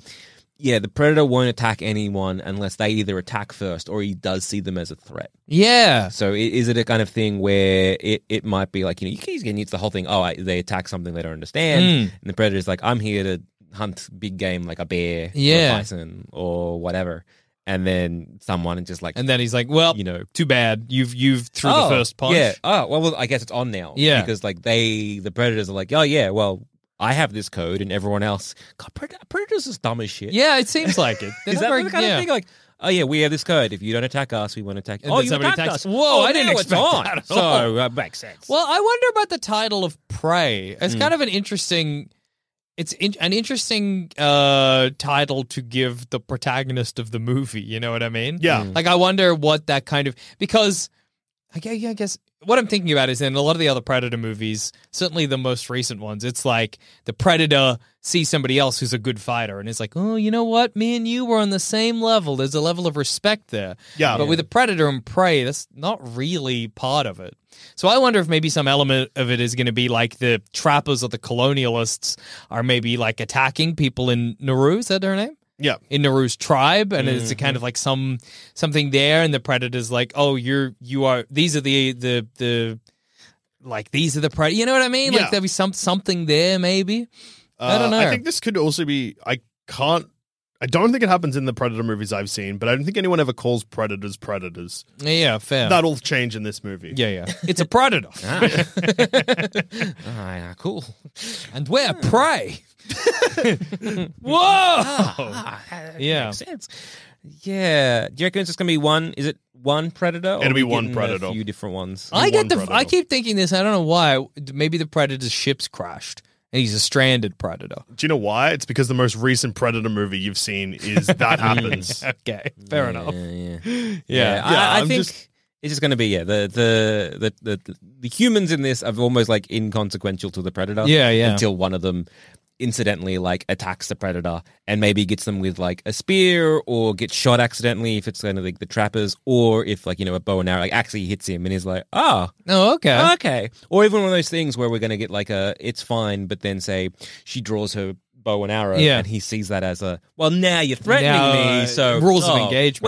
Speaker 1: yeah, the predator won't attack anyone unless they either attack first or he does see them as a threat.
Speaker 7: Yeah.
Speaker 1: So i- is it a kind of thing where it, it might be like, you know, you can going to use the whole thing. Oh, I, they attack something they don't understand.
Speaker 7: Hmm.
Speaker 1: And the predator's like, I'm here to hunt big game like a bear or
Speaker 7: Yeah.
Speaker 1: a bison or whatever. And then someone just like,
Speaker 7: And then he's like, "Well,
Speaker 1: You know.
Speaker 7: too bad. You've you've threw
Speaker 1: oh,
Speaker 7: the first punch."
Speaker 1: Yeah. Oh, well, well, I guess it's on now.
Speaker 7: Yeah.
Speaker 1: Because like they, the predators are like, oh, yeah, well, I have this code and everyone else. God, pred- predators are dumb as shit.
Speaker 7: Yeah, it seems like it. They're
Speaker 1: Is that
Speaker 7: not very-
Speaker 1: the kind
Speaker 7: yeah.
Speaker 1: of thing? Like, oh yeah, we have this code. If you don't attack us, we won't attack.
Speaker 7: And
Speaker 1: oh,
Speaker 7: then
Speaker 1: you
Speaker 7: somebody
Speaker 1: attacked us.
Speaker 7: attacks- Whoa,
Speaker 1: Oh,
Speaker 7: I didn't
Speaker 1: now
Speaker 7: expect
Speaker 1: it's on.
Speaker 7: that at
Speaker 1: So uh, makes sense.
Speaker 7: Well, I wonder about the title of prey. It's kind of an interesting. It's in, an interesting uh, title to give the protagonist of the movie. You know what I mean?
Speaker 6: Yeah. Mm.
Speaker 7: Like I wonder what that kind of because I guess, yeah, I guess what I'm thinking about is in a lot of the other Predator movies, certainly the most recent ones, it's like the Predator sees somebody else who's a good fighter and it's like, oh, you know what? Me and you were on the same level. There's a level of respect there.
Speaker 6: Yeah.
Speaker 7: But with a Predator and Prey, that's not really part of it. So I wonder if maybe some element of it is going to be like the trappers or the colonialists are maybe like attacking people in Nauru. Is that their name?
Speaker 6: Yeah.
Speaker 7: in Naru's tribe, and it's
Speaker 6: Mm-hmm.
Speaker 7: a kind of like some something there, and the predator's like, oh, you're you are these are the the the like these are the predator. You know what I mean?
Speaker 6: Yeah.
Speaker 7: Like there'll be some something there, maybe. I don't
Speaker 6: Uh,
Speaker 7: know.
Speaker 6: I think this could also be. I can't. I don't think it happens in the Predator movies I've seen, but I don't think anyone ever calls predators predators.
Speaker 7: Yeah, fair.
Speaker 6: That'll change in this movie.
Speaker 7: yeah, yeah. It's a predator,
Speaker 1: Ah, yeah, cool.
Speaker 7: and we're prey. Whoa!
Speaker 1: Ah, that
Speaker 7: Yeah.
Speaker 1: Ah,
Speaker 6: Ah.
Speaker 7: Oh.
Speaker 1: makes sense. Yeah. Do you reckon it's just gonna be one? Is it one predator? or
Speaker 6: It'll
Speaker 1: are we
Speaker 6: be one
Speaker 1: getting
Speaker 6: predator.
Speaker 1: A few different ones.
Speaker 7: I
Speaker 6: one
Speaker 7: get the.
Speaker 6: predator.
Speaker 7: I keep thinking this. I don't know why. Maybe the predator's ship's crashed and he's a stranded predator.
Speaker 6: Do you know why? It's because the most recent Predator movie you've seen is That Happens.
Speaker 7: Okay, fair enough.
Speaker 1: Yeah, yeah.
Speaker 7: Yeah,
Speaker 1: I- I,
Speaker 6: I'm
Speaker 1: think
Speaker 6: just-
Speaker 1: it's just going to be yeah. The, the the the the humans in this are almost like inconsequential to the predator.
Speaker 7: Yeah, yeah.
Speaker 1: Until one of them incidentally like attacks the predator and maybe gets them with like a spear or gets shot accidentally if it's kind of like the trappers or if like you know a bow and arrow like actually hits him and he's like ah
Speaker 7: Oh, okay.
Speaker 1: okay or even one of those things where we're going to get like a it's fine but then say she draws her bow and arrow
Speaker 7: Yeah.
Speaker 1: and he sees that as a well now you're threatening
Speaker 7: Now,
Speaker 1: me
Speaker 7: uh,
Speaker 1: so
Speaker 7: rules of
Speaker 1: oh,
Speaker 7: engagement.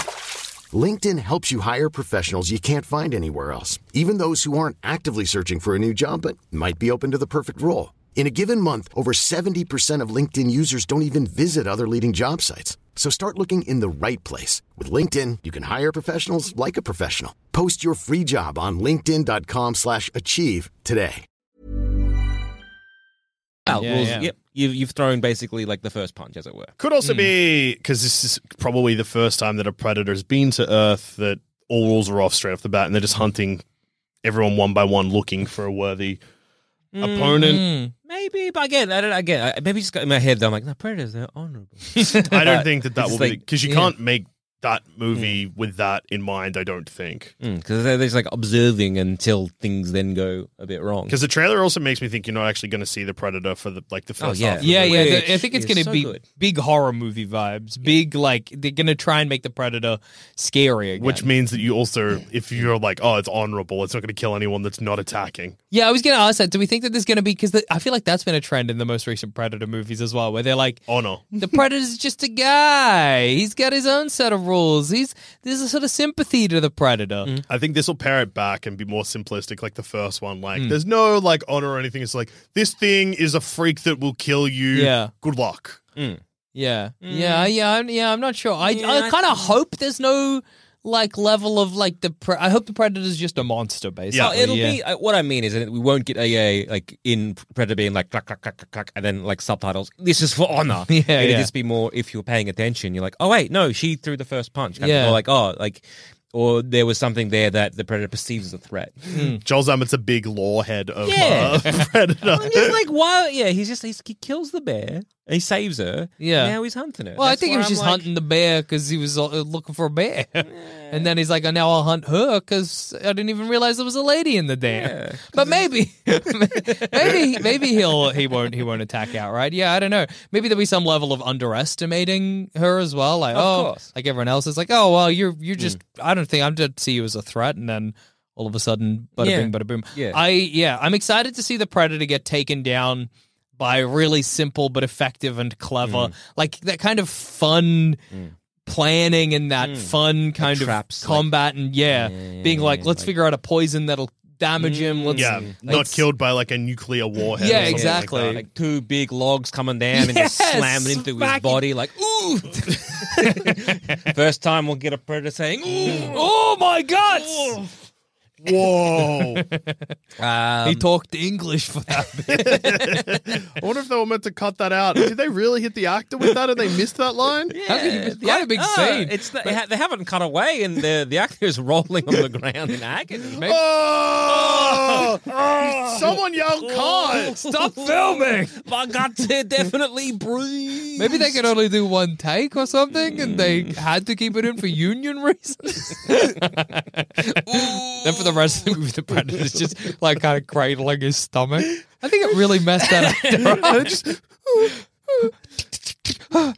Speaker 3: LinkedIn helps you hire professionals you can't find anywhere else, even those who aren't actively searching for a new job but might be open to the perfect role. In a given month, over 70% of LinkedIn users don't even visit other leading job sites. So start looking in the right place. With LinkedIn, you can hire professionals like a professional. Post your free job on linkedin.com/achieve slash achieve today.
Speaker 1: Well,
Speaker 7: Yeah,
Speaker 1: rules-
Speaker 7: yeah.
Speaker 1: Yep, you've you've thrown basically like the first punch, as it were.
Speaker 6: Could also be because this is probably the first time that a predator has been to Earth that all rules are off straight off the bat, and they're just hunting everyone one by one, looking for a worthy
Speaker 1: Hmm.
Speaker 6: opponent.
Speaker 7: Mm.
Speaker 1: Maybe, but again, I don't. Again, I, maybe just got in my head. I'm like, no, predators, they're honorable.
Speaker 6: I don't think that that
Speaker 1: It's
Speaker 6: will be
Speaker 1: like-
Speaker 6: because you
Speaker 1: yeah. Hmm.
Speaker 6: can't make that movie with that in mind. I don't think
Speaker 1: Because they're, they're just like observing until things then go a bit wrong.
Speaker 6: because the trailer also makes me think you're not actually going to see the predator for the like the first.
Speaker 1: Oh, yeah.
Speaker 6: half.
Speaker 7: Yeah, yeah.
Speaker 1: Which
Speaker 7: the- I think it's
Speaker 1: is
Speaker 7: going to
Speaker 1: so
Speaker 7: be
Speaker 1: good.
Speaker 7: big horror movie vibes. Big like they're going to try and make the predator scary again.
Speaker 6: Which means that you also, if you're like, oh, it's honorable, it's not going to kill anyone that's not attacking.
Speaker 7: yeah, I was going to ask that. Do we think that there's going to be because I feel like that's been a trend in the most recent predator movies as well, where they're like.
Speaker 6: Honor.
Speaker 7: The predator's just a guy. He's got his own set of rules. He's there's a sort of sympathy to the predator.
Speaker 1: Mm.
Speaker 6: I think this will pare it back and be more simplistic, like the first one.
Speaker 7: Hmm.
Speaker 6: Like, there's no like honor or anything. It's like this thing is a freak that will kill you.
Speaker 7: Yeah.
Speaker 6: Good luck.
Speaker 7: Yeah, yeah, yeah, I'm, yeah. I'm not sure. I,
Speaker 1: Mm. Yeah,
Speaker 7: I
Speaker 1: I
Speaker 7: kind of hope there's no like level of like the. Pre- I hope the predator's just a monster, basically.
Speaker 1: Oh, it'll
Speaker 7: yeah.
Speaker 1: be uh, what I mean is that we won't get a, a like in Predator being like clack clack clack clack, clack and then like subtitles. This is for honor.
Speaker 7: Yeah,
Speaker 1: It'll
Speaker 7: yeah.
Speaker 1: just be more if you're paying attention. You're like, oh wait, no, she threw the first punch. kind of-
Speaker 7: Yeah.
Speaker 1: Or like, oh, like, or there was something there that the predator perceives as a threat.
Speaker 7: Hmm.
Speaker 6: Joel Zammett's a big lore head of
Speaker 1: Yeah.
Speaker 6: uh, Predator.
Speaker 1: I'm just like, why? Yeah, he's just he's, he kills the bear and he saves her.
Speaker 7: Yeah.
Speaker 1: now he's hunting her.
Speaker 7: Well, I
Speaker 1: That's
Speaker 7: think he
Speaker 1: where
Speaker 7: was
Speaker 1: I'm
Speaker 7: just
Speaker 1: like-
Speaker 7: hunting the bear because he was uh, looking for a bear, and then he's like, "Oh, "Now I'll hunt her because I didn't even realize there was a lady in the dam." but maybe, maybe, maybe he'll he won't he won't attack outright. Yeah, I don't know. Maybe there'll be some level of underestimating her as well. Like,
Speaker 1: Of
Speaker 7: oh,
Speaker 1: course. Hmm.
Speaker 7: like everyone else is like, "Oh, well, you're you're just I don't think I'm to see you as a threat," and then. All of a sudden, bada
Speaker 1: Yeah.
Speaker 7: bing, bada boom.
Speaker 1: Yeah.
Speaker 7: I yeah, I'm excited to see the predator get taken down by really simple but effective and clever,
Speaker 1: Mm.
Speaker 7: like that kind of fun planning and that fun kind of
Speaker 1: Mm. traps, like-
Speaker 7: combat and yeah, being like, let's figure out a poison that'll damage him. Let's
Speaker 6: yeah.
Speaker 7: like,
Speaker 6: Not
Speaker 7: it's-
Speaker 6: killed by like a nuclear warhead.
Speaker 7: Yeah,
Speaker 6: or something
Speaker 7: exactly.
Speaker 6: Like that.
Speaker 1: like two big logs coming down and just
Speaker 7: Yes,
Speaker 1: slamming into his
Speaker 7: smack-
Speaker 1: body. Like, ooh! First time we'll get a predator saying, ooh!
Speaker 7: Oh my god!
Speaker 6: Whoa.
Speaker 1: Um,
Speaker 7: he talked English for that.
Speaker 6: I wonder if they were meant to cut that out. Did they really hit the actor with that and they missed that line?
Speaker 7: How could you miss- quite a big
Speaker 1: Oh,
Speaker 7: scene.
Speaker 1: It's the, they haven't cut away, and the the actor is rolling on the ground in agony.
Speaker 6: Oh! Someone yelled
Speaker 1: Oh,
Speaker 6: cut!
Speaker 7: Stop filming.
Speaker 1: I got to definitely breathe.
Speaker 7: Maybe they could only do one take or something, and they had to keep it in for union reasons. then for the rest of the movie, the predator's just like kind of cradling his stomach. I think it really messed that actor up.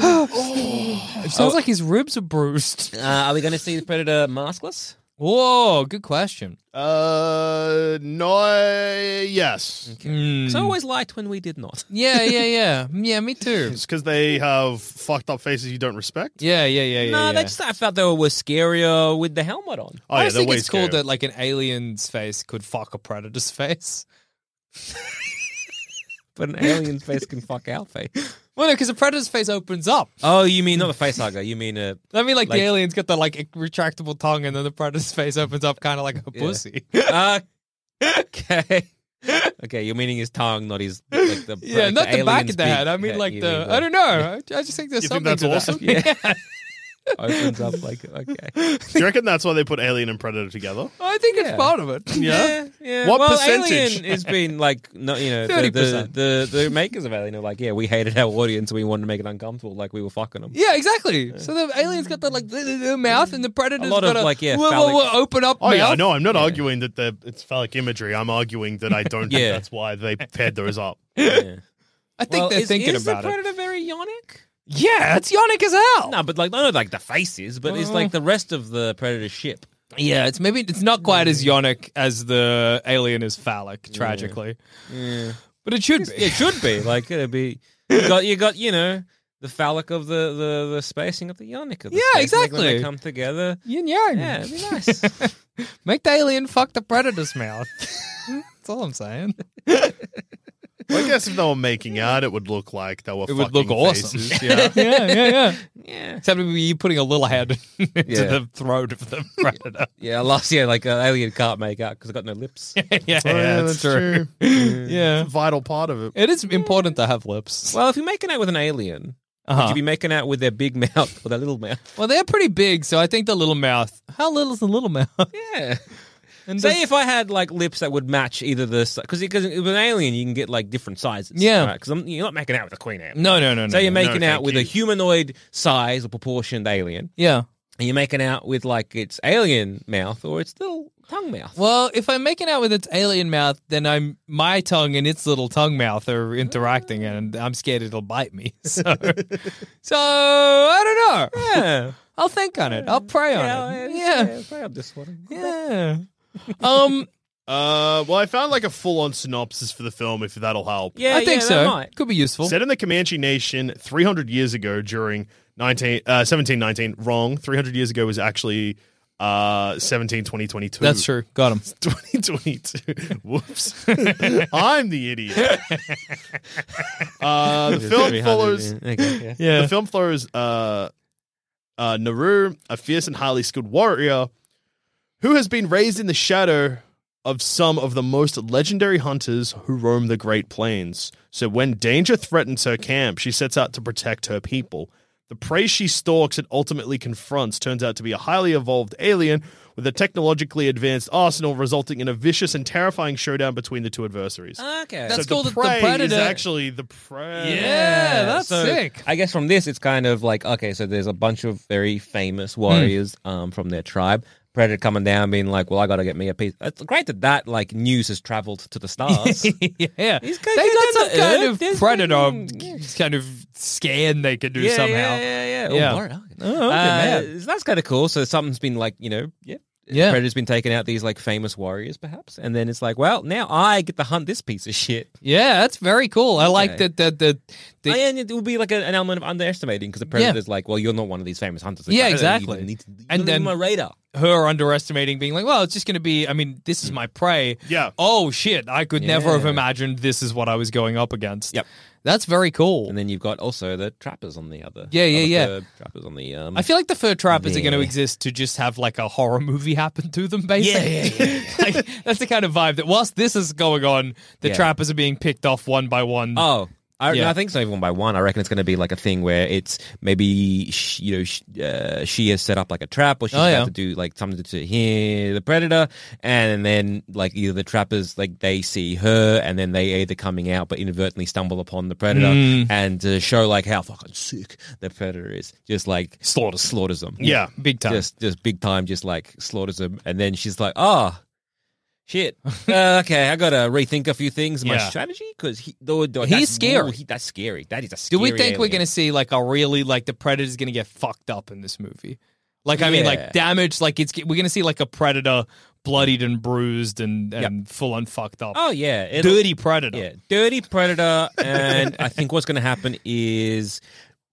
Speaker 7: Oh. It sounds like his ribs are bruised.
Speaker 1: Uh, are we going to see the predator maskless?
Speaker 7: Whoa, good question.
Speaker 6: Uh, no, yes.
Speaker 7: Mm.
Speaker 1: Because I always liked when we did not.
Speaker 7: yeah, yeah, yeah, yeah. Me too.
Speaker 6: It's because they have fucked up faces you don't respect.
Speaker 7: Yeah, yeah, yeah, yeah.
Speaker 1: no, they
Speaker 7: yeah.
Speaker 1: just I felt they were scarier with the helmet on.
Speaker 6: Oh,
Speaker 7: I
Speaker 6: yeah,
Speaker 7: just
Speaker 6: they're
Speaker 7: think
Speaker 6: way
Speaker 7: it's cool
Speaker 6: scarier.
Speaker 7: that like an alien's face could fuck a predator's face.
Speaker 1: But an alien's face can fuck our face.
Speaker 7: Well, no, because a predator's face opens up.
Speaker 1: Oh, you mean not the face hugger? You mean a
Speaker 7: I mean, like,
Speaker 1: Like-
Speaker 7: the alien's got the like retractable tongue, and then the predator's face opens up, kind of like a
Speaker 1: Yeah.
Speaker 7: pussy.
Speaker 1: uh, okay. Okay, you're meaning his tongue, not his like the
Speaker 7: Yeah,
Speaker 1: like
Speaker 7: not the, back
Speaker 1: alien's
Speaker 7: of the head.
Speaker 1: beak.
Speaker 7: I mean,
Speaker 1: Yeah,
Speaker 7: like
Speaker 1: you
Speaker 7: the.
Speaker 1: mean
Speaker 7: I don't know. I, I just think there's
Speaker 6: You think
Speaker 7: something
Speaker 6: that's
Speaker 7: to that.
Speaker 6: awesome?
Speaker 7: Yeah.
Speaker 1: opens up like okay.
Speaker 6: Do you reckon that's why they put Alien and Predator together?
Speaker 7: I think it's
Speaker 1: Yeah.
Speaker 7: part of it.
Speaker 1: Yeah, yeah.
Speaker 6: What
Speaker 1: well,
Speaker 6: percentage?
Speaker 1: Alien has been like, no, you know, the,
Speaker 7: 30%.
Speaker 1: the, the the makers of Alien are like, yeah, we hated our audience, we wanted to make it uncomfortable, like we were fucking them.
Speaker 7: Yeah, exactly. So the alien's got that like the, the- the mouth, and the predator's
Speaker 1: A lot
Speaker 7: got
Speaker 1: of,
Speaker 7: a
Speaker 1: like, yeah,
Speaker 7: whoa, whoa,
Speaker 1: phallic-
Speaker 7: whoa, open up
Speaker 6: Oh
Speaker 7: mouth.
Speaker 6: yeah, no, I'm not arguing that they're- it's phallic imagery. I'm arguing that I don't
Speaker 1: Yeah.
Speaker 6: think that's why they paired those up.
Speaker 7: I think
Speaker 1: Well,
Speaker 7: they're
Speaker 1: is-
Speaker 7: thinking
Speaker 1: is
Speaker 7: about
Speaker 1: the
Speaker 7: it.
Speaker 1: Predator very yonic?
Speaker 7: Yeah, it's yonic as hell.
Speaker 1: No, but like, no, like the faces, but it's like the rest of the Predator ship.
Speaker 7: Yeah, it's maybe it's not quite
Speaker 1: Mm.
Speaker 7: as yonic as the alien is phallic, tragically. But it should be.
Speaker 1: It should be like it'd be. You got you got you know the phallic of the the, the spacing of the yonic of the
Speaker 7: Yeah,
Speaker 1: space. Like, when
Speaker 7: exactly.
Speaker 1: they come together.
Speaker 7: Yin yang.
Speaker 1: Yeah, it'd be nice.
Speaker 7: Make the alien fuck the predator's mouth. That's all I'm saying.
Speaker 6: I guess if they were making out, it would look like they were.
Speaker 7: It would
Speaker 6: fucking
Speaker 7: look awesome.
Speaker 6: faces, Yeah.
Speaker 7: yeah, yeah, yeah.
Speaker 1: yeah,
Speaker 7: Except it'd be putting a little head into
Speaker 1: Yeah.
Speaker 7: the throat of the predator.
Speaker 1: yeah. Last year, like uh, alien can't make out because it got no lips.
Speaker 7: yeah,
Speaker 6: yeah,
Speaker 7: that's
Speaker 6: that's
Speaker 7: true. yeah.
Speaker 6: Vital part of it.
Speaker 7: It is important to have lips.
Speaker 1: well, if you're making out with an alien, would
Speaker 7: Uh-huh.
Speaker 1: you be making out with their big mouth or their little mouth?
Speaker 7: Well, they're pretty big, so I think the little mouth. How little is the little mouth?
Speaker 1: Yeah.
Speaker 7: And
Speaker 1: Say
Speaker 7: does-
Speaker 1: if I had like lips that would match either the because because with an alien you can get like different sizes.
Speaker 7: Yeah.
Speaker 1: because you're not making out with a queen alien.
Speaker 7: no, no, no, no.
Speaker 1: So you're
Speaker 7: no.
Speaker 1: making out
Speaker 6: thank
Speaker 1: with a
Speaker 6: you.
Speaker 1: humanoid size or proportioned alien,
Speaker 7: yeah.
Speaker 1: and you're making out with like its alien mouth or its little tongue mouth.
Speaker 7: Well, if I'm making out with its alien mouth, then I'm my tongue and its little tongue mouth are interacting, and I'm scared it'll bite me. So, so I don't know.
Speaker 1: Yeah.
Speaker 7: I'll think on it. I'll pray on
Speaker 1: yeah,
Speaker 7: it.
Speaker 1: yeah.
Speaker 7: Yeah,
Speaker 1: probably up this one.
Speaker 7: yeah. Um,
Speaker 6: Uh, well, I found like a full-on synopsis for the film, if that'll help.
Speaker 1: Yeah,
Speaker 7: I think
Speaker 1: yeah, that
Speaker 7: so.
Speaker 1: might.
Speaker 7: Could be useful.
Speaker 6: Set in the Comanche Nation 300 years ago during 19, uh, 1719. Wrong. 300 years ago was actually uh, 17, 2022.
Speaker 7: That's true. Got him.
Speaker 6: 2022. Whoops. I'm the idiot. Uh, the film follows.
Speaker 1: Okay, yeah.
Speaker 6: The film follows uh, uh, Naru, a fierce and highly skilled warrior who has been raised in the shadow of some of the most legendary hunters who roam the Great Plains. So when danger threatens her camp, she sets out to protect her people. The prey she stalks and ultimately confronts turns out to be a highly evolved alien with a technologically advanced arsenal, resulting in a vicious and terrifying showdown between the two adversaries.
Speaker 1: Okay.
Speaker 7: Ah, That's
Speaker 6: so
Speaker 7: cool
Speaker 6: the
Speaker 7: that the
Speaker 6: prey is
Speaker 7: predator-
Speaker 6: actually the prey.
Speaker 7: Yeah, that's
Speaker 1: So,
Speaker 7: sick.
Speaker 1: I guess from this, it's kind of like okay, so there's a bunch of very famous warriors um, from their tribe. Predator coming down, being like, "Well, I got to get me a piece." It's great that that like news has traveled to the stars.
Speaker 7: yeah, they
Speaker 1: He's got-
Speaker 7: got
Speaker 1: got
Speaker 7: some
Speaker 1: the
Speaker 7: kind
Speaker 1: earth,
Speaker 7: of
Speaker 1: there's
Speaker 7: predator
Speaker 1: fucking-
Speaker 7: kind of scan they can do somehow.
Speaker 1: Yeah, yeah, yeah.
Speaker 7: Yeah.
Speaker 1: Oh, Warrior, okay.
Speaker 7: Oh, okay,
Speaker 1: Uh,
Speaker 7: man.
Speaker 1: so that's kind of cool. So something's been like, you know, yeah.
Speaker 7: Yeah.
Speaker 1: Predator's been taking out these like famous warriors, perhaps, and then it's like, well, now I get to hunt this piece of shit.
Speaker 7: Yeah, that's very cool. I like
Speaker 1: Okay.
Speaker 7: that. That the, the,
Speaker 1: Oh, yeah, and it will be like a- an element of underestimating because the predator's like, well, you're not one of these famous hunters. Like,
Speaker 7: Yeah,
Speaker 1: I don't
Speaker 7: exactly.
Speaker 1: even need to- you're
Speaker 7: And
Speaker 1: not even
Speaker 7: then-
Speaker 1: my radar.
Speaker 7: her underestimating, being like, "Well, it's just going to be." I mean, this is my prey.
Speaker 6: Mm. Yeah.
Speaker 7: Oh shit! I could never have
Speaker 1: Yeah.
Speaker 7: imagined this is what I was going up against.
Speaker 1: Yep.
Speaker 7: That's very cool.
Speaker 1: And then you've got also the trappers on the other.
Speaker 7: Yeah, yeah,
Speaker 1: other
Speaker 7: yeah.
Speaker 1: fur Trappers on the. Um,
Speaker 7: I feel like the fur trappers are going to
Speaker 1: Yeah.
Speaker 7: exist to just have like a horror movie happen to them, basically. like, that's the kind of vibe that whilst this is going on, the
Speaker 1: Yeah.
Speaker 7: trappers are being picked off one by one.
Speaker 1: Oh. I,
Speaker 7: Um, Yeah.
Speaker 1: no, I think it's not even one by one. I reckon it's going to be like a thing where it's maybe sh you know sh uh, she has set up like a trap, or she's
Speaker 7: Oh,
Speaker 1: about
Speaker 7: yeah.
Speaker 1: to do like something to hear the predator, and then like either the trappers like they see her, and then they either coming out but inadvertently stumble upon the predator,
Speaker 7: Mm.
Speaker 1: and to show like how fucking sick the predator is, just like slaughters slaughters them.
Speaker 6: Yeah.
Speaker 7: big time.
Speaker 1: just just big time, just like slaughters him, and then she's like, "Ah, shit. Uh, okay, I gotta rethink a few things in my
Speaker 7: Yeah.
Speaker 1: strategy because he, though, though,
Speaker 7: He's
Speaker 1: that's-
Speaker 7: scary.
Speaker 1: ooh, he- that's scary. That is a
Speaker 7: Do
Speaker 1: scary.
Speaker 7: we think we're
Speaker 1: alien.
Speaker 7: going to see like a really like the predator's going to get fucked up in this movie? Like I mean,
Speaker 1: Yeah.
Speaker 7: like damaged. Like it's we're gonna see like a predator bloodied and bruised and, and full on fucked up.
Speaker 1: Oh yeah, it'll-
Speaker 7: dirty predator.
Speaker 1: Yeah, dirty predator, and I think what's going to happen is,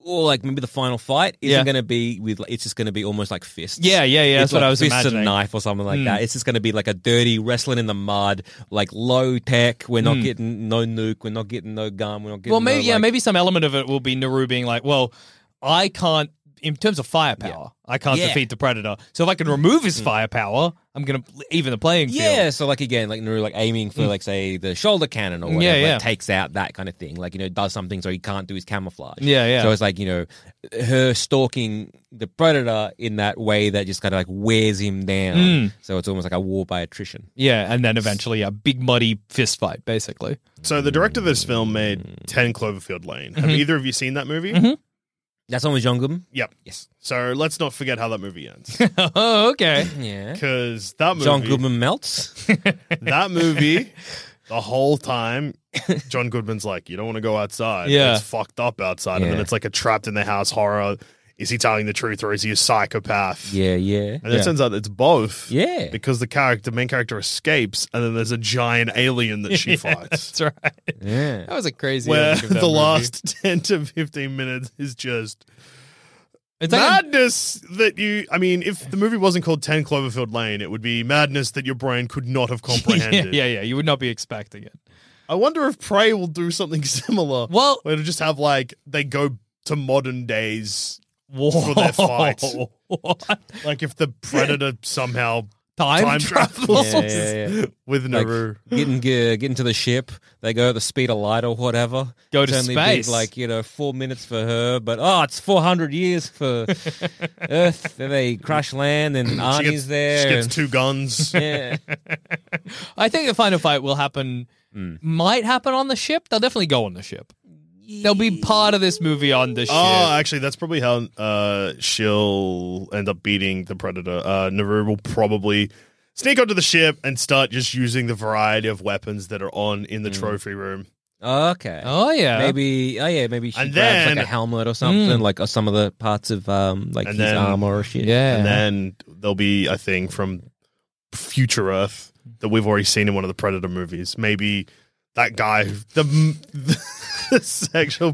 Speaker 1: or like maybe the final fight isn't
Speaker 7: Yeah.
Speaker 1: going to be with. like, It's just going to be almost like fists.
Speaker 7: Yeah, yeah, yeah,
Speaker 1: It's
Speaker 7: that's what
Speaker 1: like
Speaker 7: I was
Speaker 1: fists and
Speaker 7: imagining. Hmm.
Speaker 1: a knife or something like that. It's just going to be like a dirty wrestling in the mud, like low tech. We're not getting no nuke. We're not getting no gun. We're not getting.
Speaker 7: Hmm. Well, maybe
Speaker 1: no,
Speaker 7: yeah,
Speaker 1: like-
Speaker 7: maybe some element of it will be Naru being like, well, I can't in terms of firepower, I can't
Speaker 1: Yeah.
Speaker 7: defeat the predator. So if I can remove his firepower, I'm gonna even the playing field.
Speaker 1: Yeah, so like again, like Naru, like aiming for like say the shoulder cannon or
Speaker 7: Yeah,
Speaker 1: whatever,
Speaker 7: Mm. yeah.
Speaker 1: Like, takes out that kind of thing. Like you know, does something so he can't do his camouflage.
Speaker 7: Yeah, yeah.
Speaker 1: So it's like you know, her stalking the predator in that way that just kind of like wears him down.
Speaker 7: Mm.
Speaker 1: So it's almost like a war by attrition.
Speaker 7: Yeah, and then eventually a big muddy fist fight, basically.
Speaker 6: So the director of this film
Speaker 1: Hmm.
Speaker 6: made Ten Cloverfield Lane.
Speaker 1: Mm-hmm.
Speaker 6: Have either of you seen that movie?
Speaker 1: That's always John Goodman.
Speaker 6: Yep.
Speaker 1: Mm-hmm. Yes.
Speaker 6: So let's not forget how that movie ends,
Speaker 7: oh, okay.
Speaker 1: Yeah.
Speaker 6: because that movie,
Speaker 1: John Goodman melts.
Speaker 6: that movie, the whole time, John Goodman's like, "You don't want to go outside.
Speaker 7: Yeah.
Speaker 6: It's fucked up outside." And then
Speaker 1: Yeah.
Speaker 6: it's like a trapped in the house horror. Is he telling the truth or is he a psychopath?
Speaker 1: yeah, yeah,
Speaker 6: And it turns out it's both.
Speaker 1: yeah.
Speaker 6: Because the character, main character, escapes, and then there's a giant alien that she fights.
Speaker 7: That's right.
Speaker 1: yeah.
Speaker 7: That was a crazy
Speaker 6: Where
Speaker 7: ending of that
Speaker 6: the
Speaker 7: movie.
Speaker 6: last ten to fifteen minutes is just
Speaker 7: it's like a-
Speaker 6: madness that you. I mean, if the movie wasn't called Ten Cloverfield Lane, it would be madness that your brain could not have
Speaker 7: yeah,
Speaker 6: comprehended.
Speaker 7: yeah, yeah. You would not be expecting it.
Speaker 6: I wonder if Prey will do something similar.
Speaker 7: Well-
Speaker 6: where it'll just have like they go to modern days for their fight. Like if the Predator somehow
Speaker 7: Time,
Speaker 6: time
Speaker 7: travel.
Speaker 6: travels
Speaker 1: Yeah, yeah, yeah.
Speaker 6: with
Speaker 1: Like,
Speaker 6: Naru.
Speaker 1: getting ge- getting to the ship, they go at the speed of light or whatever.
Speaker 7: Go to
Speaker 1: It's only been,
Speaker 7: space.
Speaker 1: like you know, four minutes for her, but oh, it's four hundred years for Earth. Then they crash land, and
Speaker 6: She
Speaker 1: Arnie's
Speaker 6: gets-
Speaker 1: there.
Speaker 6: She gets
Speaker 1: and-
Speaker 6: two guns.
Speaker 1: yeah,
Speaker 7: I think the final fight will happen. Might happen on the ship. They'll definitely go on the ship. They'll be part of this movie on the ship.
Speaker 6: Oh, actually, that's probably how uh, she'll end up beating the predator. Uh, Naru will probably sneak onto the ship and start just using the variety of weapons that are on in the trophy room.
Speaker 1: okay.
Speaker 7: oh yeah.
Speaker 1: Maybe, oh yeah, maybe she
Speaker 6: And
Speaker 1: grabs
Speaker 6: then- Hmm.
Speaker 1: like a helmet or something, like or some of the parts of um like
Speaker 6: And
Speaker 1: his
Speaker 6: then-
Speaker 1: armor or shit.
Speaker 7: Yeah.
Speaker 6: And then there'll be a thing from future Earth that we've already seen in one of the Predator movies. Maybe that guy, the, the sexual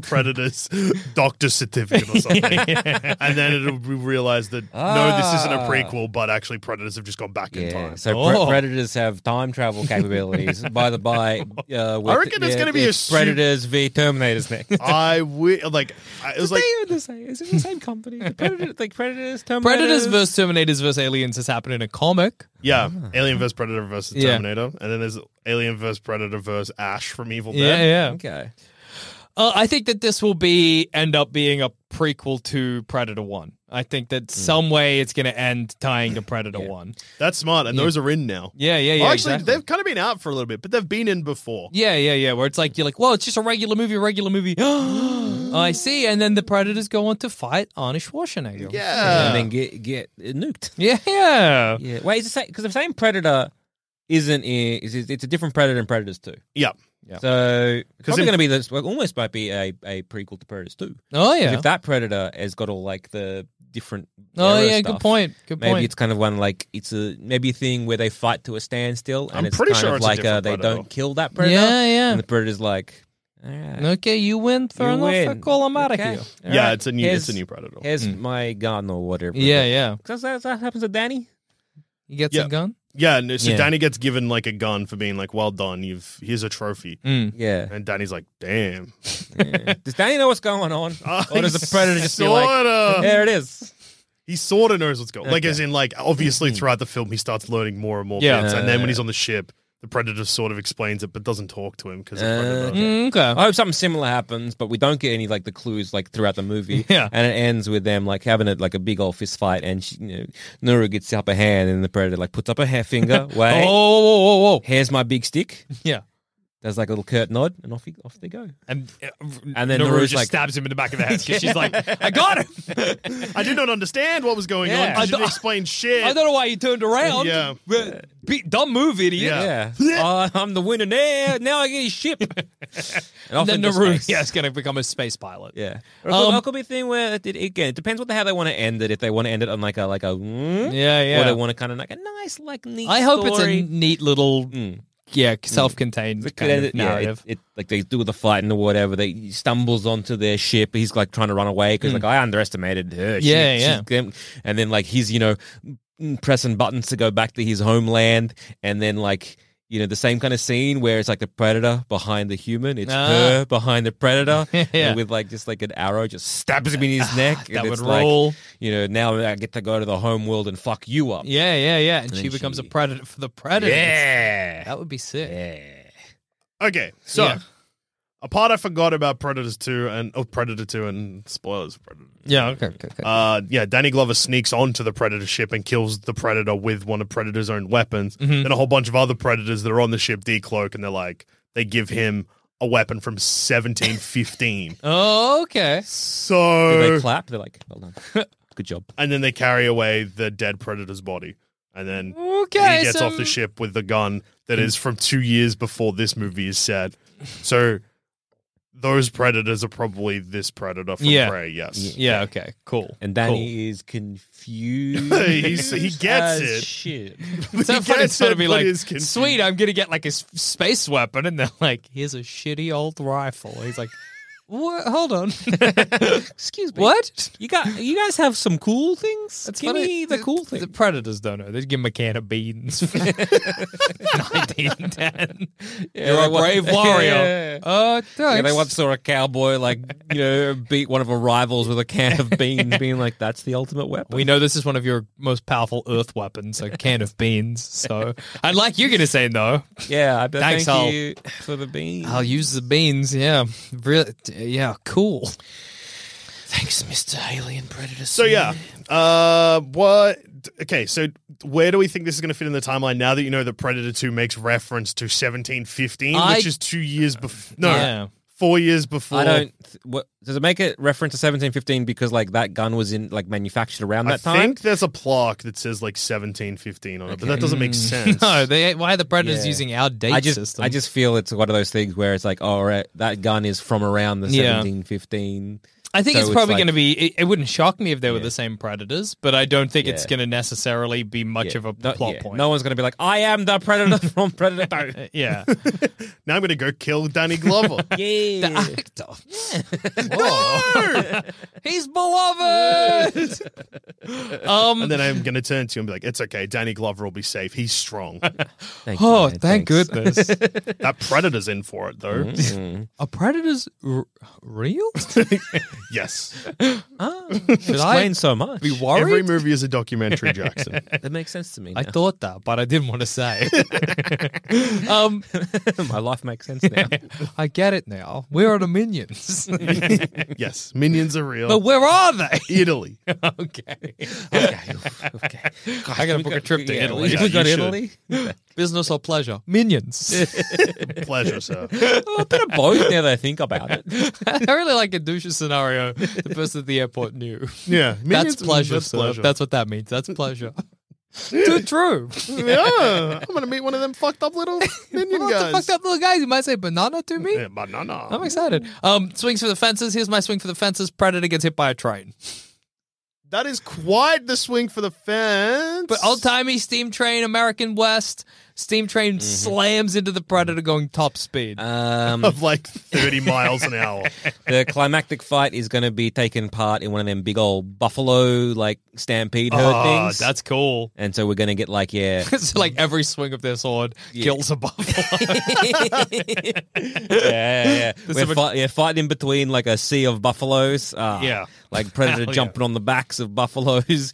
Speaker 6: predator's doctor's certificate or something. And then it'll be realized that no, this isn't a
Speaker 1: Ah.
Speaker 6: prequel, but actually predators have just gone back in
Speaker 1: Yeah,
Speaker 6: time.
Speaker 1: so pre-
Speaker 7: Oh.
Speaker 1: predators have time travel capabilities. By the by, uh, with-
Speaker 6: reckon it's
Speaker 1: yeah,
Speaker 6: gonna be a
Speaker 1: it's
Speaker 6: su-
Speaker 1: predators v Terminators next.
Speaker 6: I wi- like I, it was like
Speaker 1: they are the same. Is it the same company? The Predator, like Predators, Terminators,
Speaker 7: Predators versus Terminators versus Aliens has happened in a comic.
Speaker 6: yeah, Alien vs Predator versus
Speaker 7: Yeah.
Speaker 6: Terminator, and then there's Alien vs Predator versus Ash from Evil Dead.
Speaker 7: yeah.
Speaker 1: Okay.
Speaker 7: Uh, I think that this will be end up being a prequel to Predator One. I think that some way it's going to end tying to Predator One.
Speaker 6: That's smart, and those are in now.
Speaker 7: Yeah, yeah, yeah.
Speaker 6: Well, actually,
Speaker 7: exactly.
Speaker 6: they've kind of been out for a little bit, but they've been in before.
Speaker 7: Yeah, yeah, yeah. Where it's like you're like, well, it's just a regular movie, a regular movie. I see. And then the Predators go on to fight Arnold Schwarzenegger.
Speaker 1: And
Speaker 6: Yeah,
Speaker 1: then get get uh, nuked.
Speaker 7: Yeah.
Speaker 1: Yeah. Wait, is it because the same Predator isn't in, is it, it's a different Predator than Predators Two.
Speaker 6: yeah.
Speaker 1: So probably
Speaker 6: in-
Speaker 1: going to be this well, almost might be a, a prequel to Predators Two.
Speaker 7: Oh yeah.
Speaker 1: If that Predator has got all like the different.
Speaker 7: Oh
Speaker 1: era
Speaker 7: yeah.
Speaker 1: stuff,
Speaker 7: Good point. Good
Speaker 1: Maybe
Speaker 7: point.
Speaker 1: it's kind of one like it's a maybe a thing where they fight to a standstill, and
Speaker 6: I'm
Speaker 1: it's
Speaker 6: pretty
Speaker 1: kind
Speaker 6: sure
Speaker 1: of
Speaker 6: it's a
Speaker 1: like uh,
Speaker 6: different
Speaker 1: they
Speaker 6: Predator.
Speaker 1: don't kill that predator.
Speaker 7: Yeah, yeah.
Speaker 1: And the predator's like, all right,
Speaker 7: okay, you win. Fair
Speaker 1: You
Speaker 7: enough.
Speaker 1: win.
Speaker 7: Fuck all, I'm out of
Speaker 1: Okay.
Speaker 7: here.
Speaker 1: All
Speaker 6: yeah,
Speaker 1: right.
Speaker 6: it's a new,
Speaker 1: Here's-
Speaker 6: it's a new Predator.
Speaker 1: Here's my gun or whatever.
Speaker 7: Hmm. Yeah, yeah.
Speaker 1: Because that, that happens to Danny.
Speaker 7: You get
Speaker 6: Yeah.
Speaker 7: some gun.
Speaker 6: Yeah, and so
Speaker 1: Yeah.
Speaker 6: Danny gets given like a gun for being like, "Well done, you've here's a trophy,"
Speaker 1: Mm. Yeah.
Speaker 6: and Danny's like, "Damn."
Speaker 1: Does Danny know what's going on?
Speaker 6: Oh,
Speaker 1: or does the predator just be like,
Speaker 6: sorta.
Speaker 1: there it is?
Speaker 6: He sort of knows what's going. Like as in, like obviously throughout the film, he starts learning more and more
Speaker 7: Mm-hmm. Yeah.
Speaker 6: bits, and then when he's on the ship, the predator sort of explains it, but doesn't talk to him because predator.
Speaker 7: Mm, okay.
Speaker 1: I hope something similar happens, but we don't get any like the clues like throughout the movie.
Speaker 7: Yeah.
Speaker 1: and it ends with them like having a, like a big old fist fight, and she, you know, Nuru gets up a hand, and the predator like puts up a hair finger. Wait,
Speaker 7: Oh, whoa, whoa, whoa, whoa.
Speaker 1: here's my big stick.
Speaker 7: Yeah.
Speaker 1: Da, There's like a little curt nod, and off he, off they go.
Speaker 7: And,
Speaker 1: And
Speaker 7: and
Speaker 1: then
Speaker 7: then Naru
Speaker 1: Naru's
Speaker 7: just
Speaker 1: like-
Speaker 7: stabs him in the back of the head because she's like, I got him.
Speaker 6: I did not understand what was going on.
Speaker 7: Yeah.
Speaker 6: 'cause
Speaker 7: I
Speaker 6: You
Speaker 7: don't-
Speaker 6: didn't explain shit.
Speaker 7: I don't know why you turned around.
Speaker 6: Yeah.
Speaker 7: But be, dumb move, idiot.
Speaker 6: Yeah.
Speaker 1: Yeah, Uh, I'm the winner now. Now I get his ship. and off
Speaker 7: And then
Speaker 1: into
Speaker 7: Naru,
Speaker 1: space.
Speaker 7: yeah, is going to become a space pilot.
Speaker 1: Yeah. Or it could-
Speaker 7: Um,
Speaker 1: or it could be a thing where it, it, again, it depends what the, how they want to end it. If they want to end it on like a like a, mm,
Speaker 7: Yeah, yeah.
Speaker 1: or they want to kind of like a nice like neat.
Speaker 7: I hope it's a
Speaker 1: story. Hmm.
Speaker 7: neat little, yeah, self-contained
Speaker 1: It could
Speaker 7: kind
Speaker 1: end
Speaker 7: of
Speaker 1: it- yeah, it-
Speaker 7: narrative.
Speaker 1: it, like they do with the fight and the whatever. They he stumbles onto their ship. He's like trying to run away because like I underestimated her. She-
Speaker 7: Hmm. Yeah, yeah.
Speaker 1: she's- and then like he's you know mm, pressing buttons to go back to his homeland, and then like. You know the same kind of scene where it's like the predator behind the human. It's
Speaker 7: Ah.
Speaker 1: her behind the predator,
Speaker 7: Yeah. Ah,
Speaker 1: and with like just like an arrow, just stabs him in his neck.
Speaker 7: that
Speaker 1: and
Speaker 7: would
Speaker 1: it's like,
Speaker 7: roll.
Speaker 1: you know, now I get to go to the home world and fuck you up.
Speaker 7: yeah, yeah, yeah. And,
Speaker 1: And
Speaker 7: she
Speaker 1: then
Speaker 7: becomes
Speaker 1: she-
Speaker 7: a predator for the predator.
Speaker 1: yeah.
Speaker 7: That would be sick.
Speaker 1: yeah.
Speaker 6: Okay, so
Speaker 7: Yeah.
Speaker 6: a part I forgot about Predators Two and oh Predator Two and spoilers. for Predator.
Speaker 7: Yeah, okay, okay, okay.
Speaker 6: Uh, yeah, Danny Glover sneaks onto the Predator ship and kills the Predator with one of Predator's own weapons.
Speaker 1: Mm-hmm.
Speaker 6: Then a whole bunch of other Predators that are on the ship decloak and they're like, they give him a weapon from 1715.
Speaker 7: oh, okay.
Speaker 1: Do
Speaker 7: Uh.
Speaker 6: so,
Speaker 1: they clap? They're like, well done. Good job.
Speaker 6: and then they carry away the dead Predator's body. And then
Speaker 7: Okay,
Speaker 6: he gets
Speaker 7: so-
Speaker 6: off the ship with the gun
Speaker 1: Hmm.
Speaker 6: that is from two years before this movie is set. So, those Predators are probably this Predator from
Speaker 7: Yeah.
Speaker 6: Prey, yes.
Speaker 7: Yeah, okay, cool.
Speaker 1: And Danny is confused.
Speaker 6: He's- he gets
Speaker 1: as
Speaker 6: it.
Speaker 1: Shit.
Speaker 6: But
Speaker 7: So
Speaker 6: he
Speaker 7: funny
Speaker 6: gets
Speaker 7: it's going to
Speaker 6: it,
Speaker 7: be
Speaker 6: but
Speaker 7: like,
Speaker 6: is confused.
Speaker 7: sweet, I'm going to get like a s- space weapon. And they're like, here's a shitty old rifle. He's like, what? Hold on. Excuse me. What?
Speaker 1: You got. You guys have some cool things.
Speaker 7: That's
Speaker 1: Give
Speaker 7: funny.
Speaker 1: me the cool thing.
Speaker 7: The Predators don't know. They give him a can of beans. 1910. You're
Speaker 1: they
Speaker 7: a
Speaker 1: want-
Speaker 7: brave
Speaker 1: Yeah, yeah,
Speaker 7: warrior.
Speaker 1: yeah.
Speaker 7: Oh, thanks.
Speaker 1: Yeah, they once saw a cowboy like you know beat one of her rivals with a can of beans, being like, "That's the ultimate weapon."
Speaker 7: We know this is one of your most powerful earth weapons, a can of beans. So I'd like you going to say no.
Speaker 1: yeah, I bet.
Speaker 7: Thanks,
Speaker 1: thank
Speaker 7: I'll-
Speaker 1: you for the beans.
Speaker 7: I'll use the beans. Yeah, really. Yeah, cool. Thanks, Mister Alien Predator.
Speaker 6: So yeah, uh, what? Okay, so where do we think this is going to fit in the timeline? Now that you know that Predator Two makes reference to seventeen fifteen,
Speaker 7: I-
Speaker 6: which is two years before. No,
Speaker 7: Yeah.
Speaker 6: four years before.
Speaker 1: I don't. Th- what does it make it reference to seventeen fifteen because like that gun was in like manufactured around
Speaker 6: I
Speaker 1: that time?
Speaker 6: think there's a plaque that says like seventeen fifteen on it, but that doesn't
Speaker 1: Mm.
Speaker 6: make sense.
Speaker 7: No, they why are the Predators
Speaker 1: Yeah.
Speaker 7: using our date
Speaker 1: I just,
Speaker 7: system?
Speaker 1: I just feel it's one of those things where it's like, oh, right, that gun is from around the
Speaker 7: Yeah.
Speaker 1: 1715.
Speaker 7: I think
Speaker 1: so
Speaker 7: it's
Speaker 1: it's
Speaker 7: probably
Speaker 1: like-
Speaker 7: going to be. It, it wouldn't shock me if they were the same Predators, but I don't think it's
Speaker 1: Yeah.
Speaker 7: going to necessarily be much
Speaker 1: Yeah.
Speaker 7: of a
Speaker 1: No-
Speaker 7: plot
Speaker 1: yeah.
Speaker 7: point.
Speaker 1: No one's going to be like, I am the predator from Predator
Speaker 7: Uh,
Speaker 1: 2.
Speaker 7: yeah,
Speaker 6: Now I'm going to go kill Danny Glover.
Speaker 1: yeah.
Speaker 7: Whoa. he's beloved. um,
Speaker 6: And then I'm going to turn to you and be like, it's okay. Danny Glover will be safe. He's strong.
Speaker 1: Thank
Speaker 7: oh,
Speaker 1: man.
Speaker 7: thank
Speaker 1: Thanks.
Speaker 7: goodness.
Speaker 6: that Predator's in for it, though.
Speaker 7: Are predators r- real?
Speaker 6: yes.
Speaker 7: Should I
Speaker 1: Explains so much.
Speaker 7: be worried?
Speaker 6: Every movie is a documentary, Jackson.
Speaker 1: that makes sense to me.
Speaker 7: I
Speaker 1: now.
Speaker 7: thought that, but I didn't want to say. um,
Speaker 1: my life makes sense now.
Speaker 7: I get it now. Where are the minions?
Speaker 6: yes. Minions are real.
Speaker 7: but where are they?
Speaker 6: Italy.
Speaker 7: okay.
Speaker 1: okay. okay.
Speaker 7: I gotta book a trip to
Speaker 1: yeah,
Speaker 7: Italy.
Speaker 1: We got
Speaker 6: you should.
Speaker 1: Italy.
Speaker 7: Business or pleasure? Minions.
Speaker 6: Pleasure, sir.
Speaker 1: a bit of both now that I think about it.
Speaker 7: I really like a douche scenario. The person at the airport knew.
Speaker 6: Yeah,
Speaker 7: That's
Speaker 6: minions-
Speaker 7: pleasure,
Speaker 6: That's
Speaker 7: sir.
Speaker 6: pleasure.
Speaker 7: That's what that means. That's pleasure. Too true.
Speaker 6: yeah. I'm gonna meet one of them fucked up little minion
Speaker 7: What the
Speaker 6: guys.
Speaker 7: fucked up little guys? You might say banana to me.
Speaker 6: Yeah, banana.
Speaker 7: I'm excited. Um, swings for the fences. Here's my swing for the fences. Predator gets hit by a train.
Speaker 6: That is quite the swing for the fence.
Speaker 7: But old timey steam train, American West steam train
Speaker 1: Mm-hmm.
Speaker 7: slams into the Predator going top speed.
Speaker 1: Um,
Speaker 6: of like 30 miles an hour.
Speaker 1: the climactic fight is going to be taking part in one of them big old buffalo like stampede herd
Speaker 7: Oh,
Speaker 1: things.
Speaker 7: that's cool.
Speaker 1: and so we're going to get like yeah,
Speaker 7: so like every swing of their sword kills a buffalo.
Speaker 1: yeah, yeah, yeah.
Speaker 7: so
Speaker 1: We're
Speaker 7: much-
Speaker 1: fight, yeah, fighting in between like a sea of buffaloes. Ah,
Speaker 7: Yeah.
Speaker 1: like predator
Speaker 7: Hell yeah.
Speaker 1: jumping on the backs of buffaloes.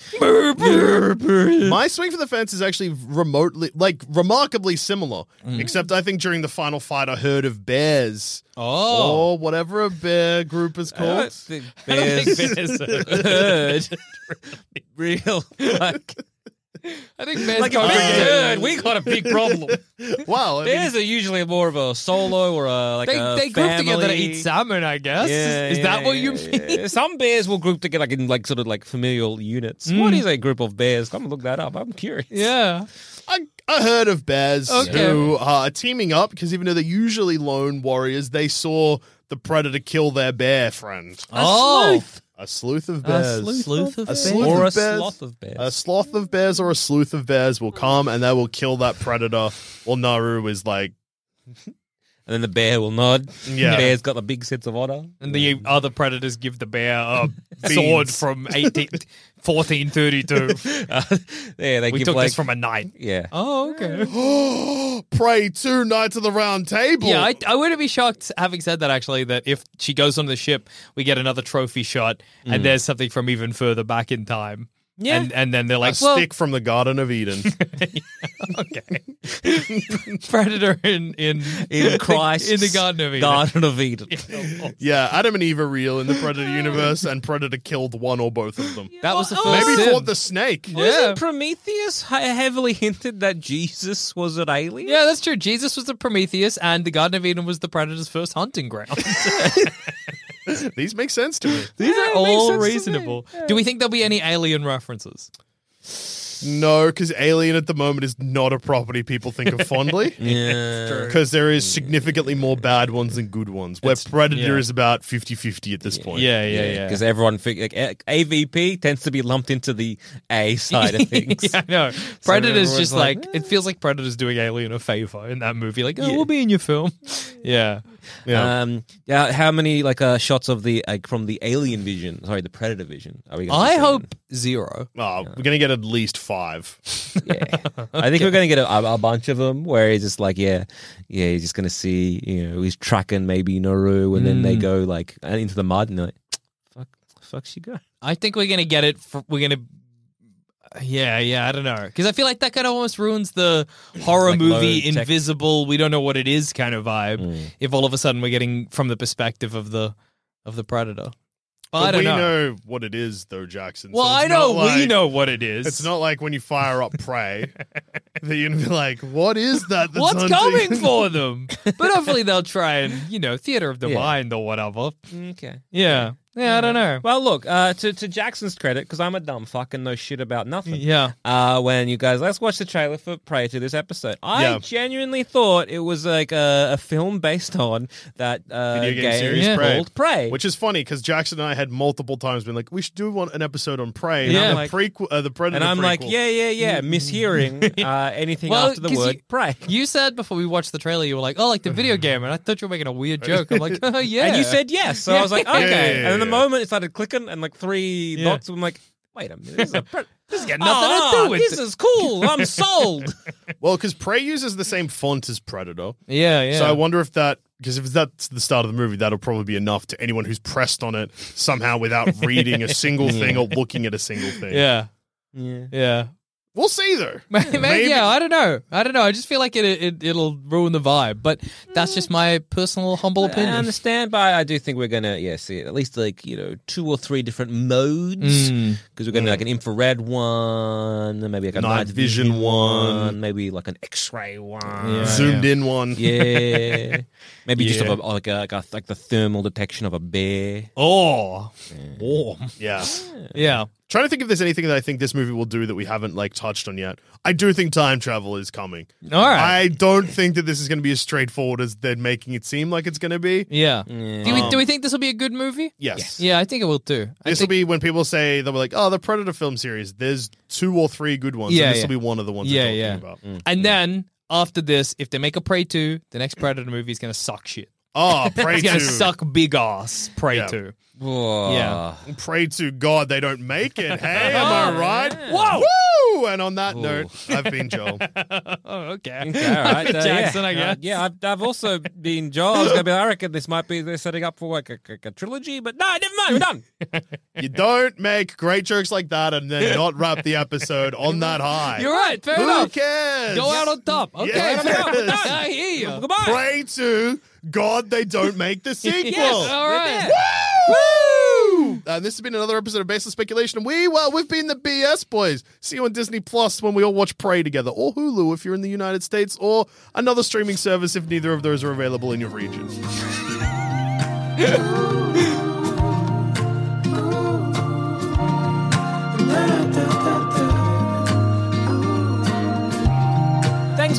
Speaker 6: My swing for the fence is actually remotely, like remarkably similar.
Speaker 7: Mm-hmm.
Speaker 6: Except I think during the final fight, a herd of bears
Speaker 7: oh.
Speaker 6: or whatever a bear group is called.
Speaker 7: I don't think
Speaker 1: Bears,
Speaker 7: it is.
Speaker 1: herd, real like
Speaker 7: I think Ben's
Speaker 6: Like
Speaker 7: got a
Speaker 6: a
Speaker 7: big
Speaker 6: big-
Speaker 7: turn. We got a big problem.
Speaker 6: Wow. I mean,
Speaker 1: Bears are usually more of a solo or a like
Speaker 7: they
Speaker 1: a
Speaker 7: they group together to
Speaker 1: family.
Speaker 7: eat salmon, I guess.
Speaker 1: Yeah,
Speaker 7: is is that
Speaker 1: yeah,
Speaker 7: what you
Speaker 1: yeah,
Speaker 7: mean?
Speaker 1: yeah. Some bears will group together like in like sort of like familial units. What is a group of bears? Come look that up. I'm curious.
Speaker 7: Mm. Yeah.
Speaker 6: I, I heard of bears
Speaker 7: Okay.
Speaker 6: who are teaming up because even though they're usually lone warriors, they saw the predator kill their bear friend.
Speaker 7: Oh.
Speaker 6: A sleuth of bears.
Speaker 7: Sleuth of
Speaker 6: A
Speaker 7: bears.
Speaker 6: sleuth
Speaker 1: or a
Speaker 6: of bears.
Speaker 1: sloth of bears.
Speaker 6: A sloth of bears or a sleuth of bears will come and they will kill that predator. Well, Naru is like,
Speaker 1: and then the bear will nod.
Speaker 6: Yeah.
Speaker 1: The bear's got the big sense of honor.
Speaker 7: And the other predators give the bear a sword
Speaker 6: Beans.
Speaker 7: from 18, 1432.
Speaker 1: Uh, yeah, they
Speaker 7: we
Speaker 1: give
Speaker 7: took
Speaker 1: like
Speaker 7: this from a knight.
Speaker 1: yeah.
Speaker 7: Oh, okay.
Speaker 6: pray two knights of the round table.
Speaker 7: Yeah, I, I wouldn't be shocked, having said that, actually, that if she goes on the ship, we get another trophy shot, and there's something from even further back in time.
Speaker 1: Mm. Yeah.
Speaker 7: And, and then they're
Speaker 6: a
Speaker 7: like, well,
Speaker 6: stick from the Garden of Eden.
Speaker 7: Predator in, in,
Speaker 1: In Christ,
Speaker 7: in the Garden of Eden.
Speaker 1: Garden of Eden.
Speaker 6: yeah, Adam and Eve are real in the Predator universe, and Predator killed one or both of them.
Speaker 7: That was the
Speaker 1: Oh,
Speaker 7: first
Speaker 6: Maybe
Speaker 7: sin.
Speaker 6: fought the snake.
Speaker 1: Wasn't Prometheus he- heavily hinted that Jesus was an alien?
Speaker 7: Yeah, that's true. Jesus was the Prometheus, and the Garden of Eden was the Predator's first hunting ground.
Speaker 6: These make sense to me.
Speaker 7: These
Speaker 1: Yeah,
Speaker 7: are
Speaker 1: it makes sense
Speaker 7: all
Speaker 1: to me.
Speaker 7: reasonable. Do we think there'll be any alien references?
Speaker 6: No, because Alien at the moment is not a property people think of fondly.
Speaker 1: Yeah.
Speaker 6: Because there is significantly more bad ones than good ones, where Predator
Speaker 7: yeah.
Speaker 6: is about 50 50 at this point.
Speaker 7: yeah,
Speaker 1: Because everyone fig- like, A- AVP tends to be lumped into the A side of things.
Speaker 7: yeah, I know. Predator's
Speaker 1: everyone's
Speaker 7: just
Speaker 1: like,
Speaker 7: like, it
Speaker 6: "Eh."
Speaker 7: feels like Predator's doing Alien a favor in that movie. Like, oh, we'll be in your film. Yeah.
Speaker 6: Yeah.
Speaker 1: Um, yeah, how many like uh, shots of the like from the alien vision? Sorry, the predator vision. Are we? Gonna be
Speaker 7: I
Speaker 1: seeing?
Speaker 7: hope zero.
Speaker 6: Oh, we're going to get at least five.
Speaker 1: Yeah, I think we're gonna get a, a bunch of them where he's just like, yeah, yeah, he's just gonna see, you know, he's tracking maybe Naru, and then
Speaker 7: Hmm.
Speaker 1: they go like into the mud, and they're like, fuck, fuck, she go.
Speaker 7: I think we're going to get it. For, we're going to. Yeah, yeah, I don't know. Because I feel like that kind of almost ruins the horror
Speaker 1: Like
Speaker 7: movie,
Speaker 1: low tech-
Speaker 7: invisible, we don't know what it is kind of vibe.
Speaker 6: Mm.
Speaker 7: If all of a sudden we're getting from the perspective of the of the predator, but I
Speaker 6: But
Speaker 7: don't
Speaker 6: we
Speaker 7: know.
Speaker 6: know. what it is, though, Jackson. so
Speaker 7: Well,
Speaker 6: it's
Speaker 7: I
Speaker 6: not
Speaker 7: know we
Speaker 6: like-
Speaker 7: know what it is.
Speaker 6: It's not like when you fire up Prey that you're going to be like, what is that? that's
Speaker 7: what's
Speaker 6: hunting?"
Speaker 7: coming for them. But hopefully they'll try and, you know, theater of the
Speaker 1: Yeah.
Speaker 7: mind or whatever.
Speaker 1: Okay.
Speaker 7: Yeah. Yeah, I don't know.
Speaker 1: Well, look, uh, to to Jackson's credit, because I'm a dumb fuck and know shit about nothing.
Speaker 7: Yeah.
Speaker 1: Uh, when you guys let's watch the trailer for prior to this episode, I
Speaker 6: Yeah.
Speaker 1: genuinely thought it was like a, a film based on that uh,
Speaker 6: Video game series
Speaker 7: Yeah.
Speaker 6: Prey.
Speaker 1: called Prey,
Speaker 6: Which is funny because Jackson and I had multiple times been like, we should do one an episode on Prey. And
Speaker 7: Yeah.
Speaker 6: I'm
Speaker 1: Like-
Speaker 6: the prequel, uh, the Predator.
Speaker 1: and I'm like,
Speaker 6: prequel.
Speaker 1: yeah, yeah, yeah, mishearing uh, anything
Speaker 7: Well,
Speaker 1: after the
Speaker 7: 'cause
Speaker 1: word
Speaker 7: you-
Speaker 1: Prey.
Speaker 7: You said before we watched the trailer, you were like, oh, like the video game. And I thought you were making a weird joke. I'm like, oh, yeah.
Speaker 1: And you said yes. So I was like,
Speaker 7: Yeah.
Speaker 1: okay.
Speaker 6: Yeah, yeah,
Speaker 1: and then the
Speaker 6: yeah.
Speaker 1: moment it started clicking and like three
Speaker 7: Yeah.
Speaker 1: dots, I'm like, wait a minute. This is, a pre- this has got
Speaker 7: nothing to do with
Speaker 1: This
Speaker 7: it.
Speaker 1: is cool. I'm sold.
Speaker 6: Well, because Prey uses the same font as Predator.
Speaker 7: Yeah, yeah.
Speaker 6: So I wonder if that because if that's the start of the movie, that'll probably be enough to anyone who's pressed on it somehow without reading a single thing or looking at a single thing.
Speaker 7: yeah.
Speaker 1: yeah.
Speaker 7: Yeah.
Speaker 6: We'll see though.
Speaker 7: Maybe,
Speaker 6: Maybe.
Speaker 7: yeah, I don't know. I don't know. I just feel like it, it it'll ruin the vibe, but that's just my personal humble
Speaker 1: I
Speaker 7: opinion.
Speaker 1: understand, but I do think we're gonna yeah see at least like you know two or three different modes because
Speaker 7: Mm.
Speaker 1: we're gonna like an infrared one, then maybe like a night,
Speaker 6: Night vision one.
Speaker 1: maybe like an X-ray one,
Speaker 7: Yeah.
Speaker 6: Zoomed in one.
Speaker 1: yeah, maybe just
Speaker 7: Yeah.
Speaker 1: of a, like a, like, a, like the thermal detection of a bear.
Speaker 7: Oh, warm.
Speaker 6: Yeah.
Speaker 7: Yeah.
Speaker 6: Trying to think if there's anything that I think this movie will do that we haven't like touched on yet. I do think time travel is coming.
Speaker 7: All right.
Speaker 6: I don't think that this is going to be as straightforward as they're making it seem like it's going to be.
Speaker 7: yeah. Do, we, do we think this will be a good movie?
Speaker 6: Yes.
Speaker 7: Yeah, I think it will too. I
Speaker 6: This will
Speaker 7: think-
Speaker 6: be when people say they were like, "Oh, the Predator film series." There's two or three good ones.
Speaker 7: Yeah,
Speaker 6: and this
Speaker 7: yeah.
Speaker 6: will be one of the ones.
Speaker 7: Yeah,
Speaker 6: they're talking
Speaker 7: yeah.
Speaker 6: About.
Speaker 7: And then after this, if they make a Prey 2, the next Predator movie is going to suck shit.
Speaker 6: Oh, pray
Speaker 7: It's going
Speaker 6: to
Speaker 7: to suck big ass Prey
Speaker 6: Yeah.
Speaker 7: 2.
Speaker 1: Whoa.
Speaker 7: Yeah.
Speaker 6: Pray to God they don't make it. Hey, am I right?
Speaker 7: Oh, Whoa!
Speaker 6: Woo! And on that note, I've been Joel.
Speaker 7: Oh, okay.
Speaker 1: Okay, all right. uh,
Speaker 7: Jackson,
Speaker 1: yeah.
Speaker 7: I
Speaker 1: Uh,
Speaker 7: guess.
Speaker 1: yeah, I've, I've also been Joel. I was gonna be. like, I reckon this might be they're setting up for like a, a, a trilogy, but no, never mind. We're done.
Speaker 6: You don't make great jokes like that and then not wrap the episode on that high.
Speaker 7: You're right. Fair
Speaker 6: Who
Speaker 7: enough.
Speaker 6: cares?
Speaker 7: Go out on top. Okay.
Speaker 6: Yes.
Speaker 7: fair enough.
Speaker 6: Yes.
Speaker 7: I hear you.
Speaker 1: Goodbye.
Speaker 6: Pray to God they don't make the sequel.
Speaker 7: Yes. All right.
Speaker 1: Woo!
Speaker 6: Uh, this has been another episode of Baseless Speculation. We, well, we've been the BS boys. See you on Disney Plus when we all watch Prey together, or Hulu if you're in the United States, or another streaming service if neither of those are available in your region.
Speaker 7: Thanks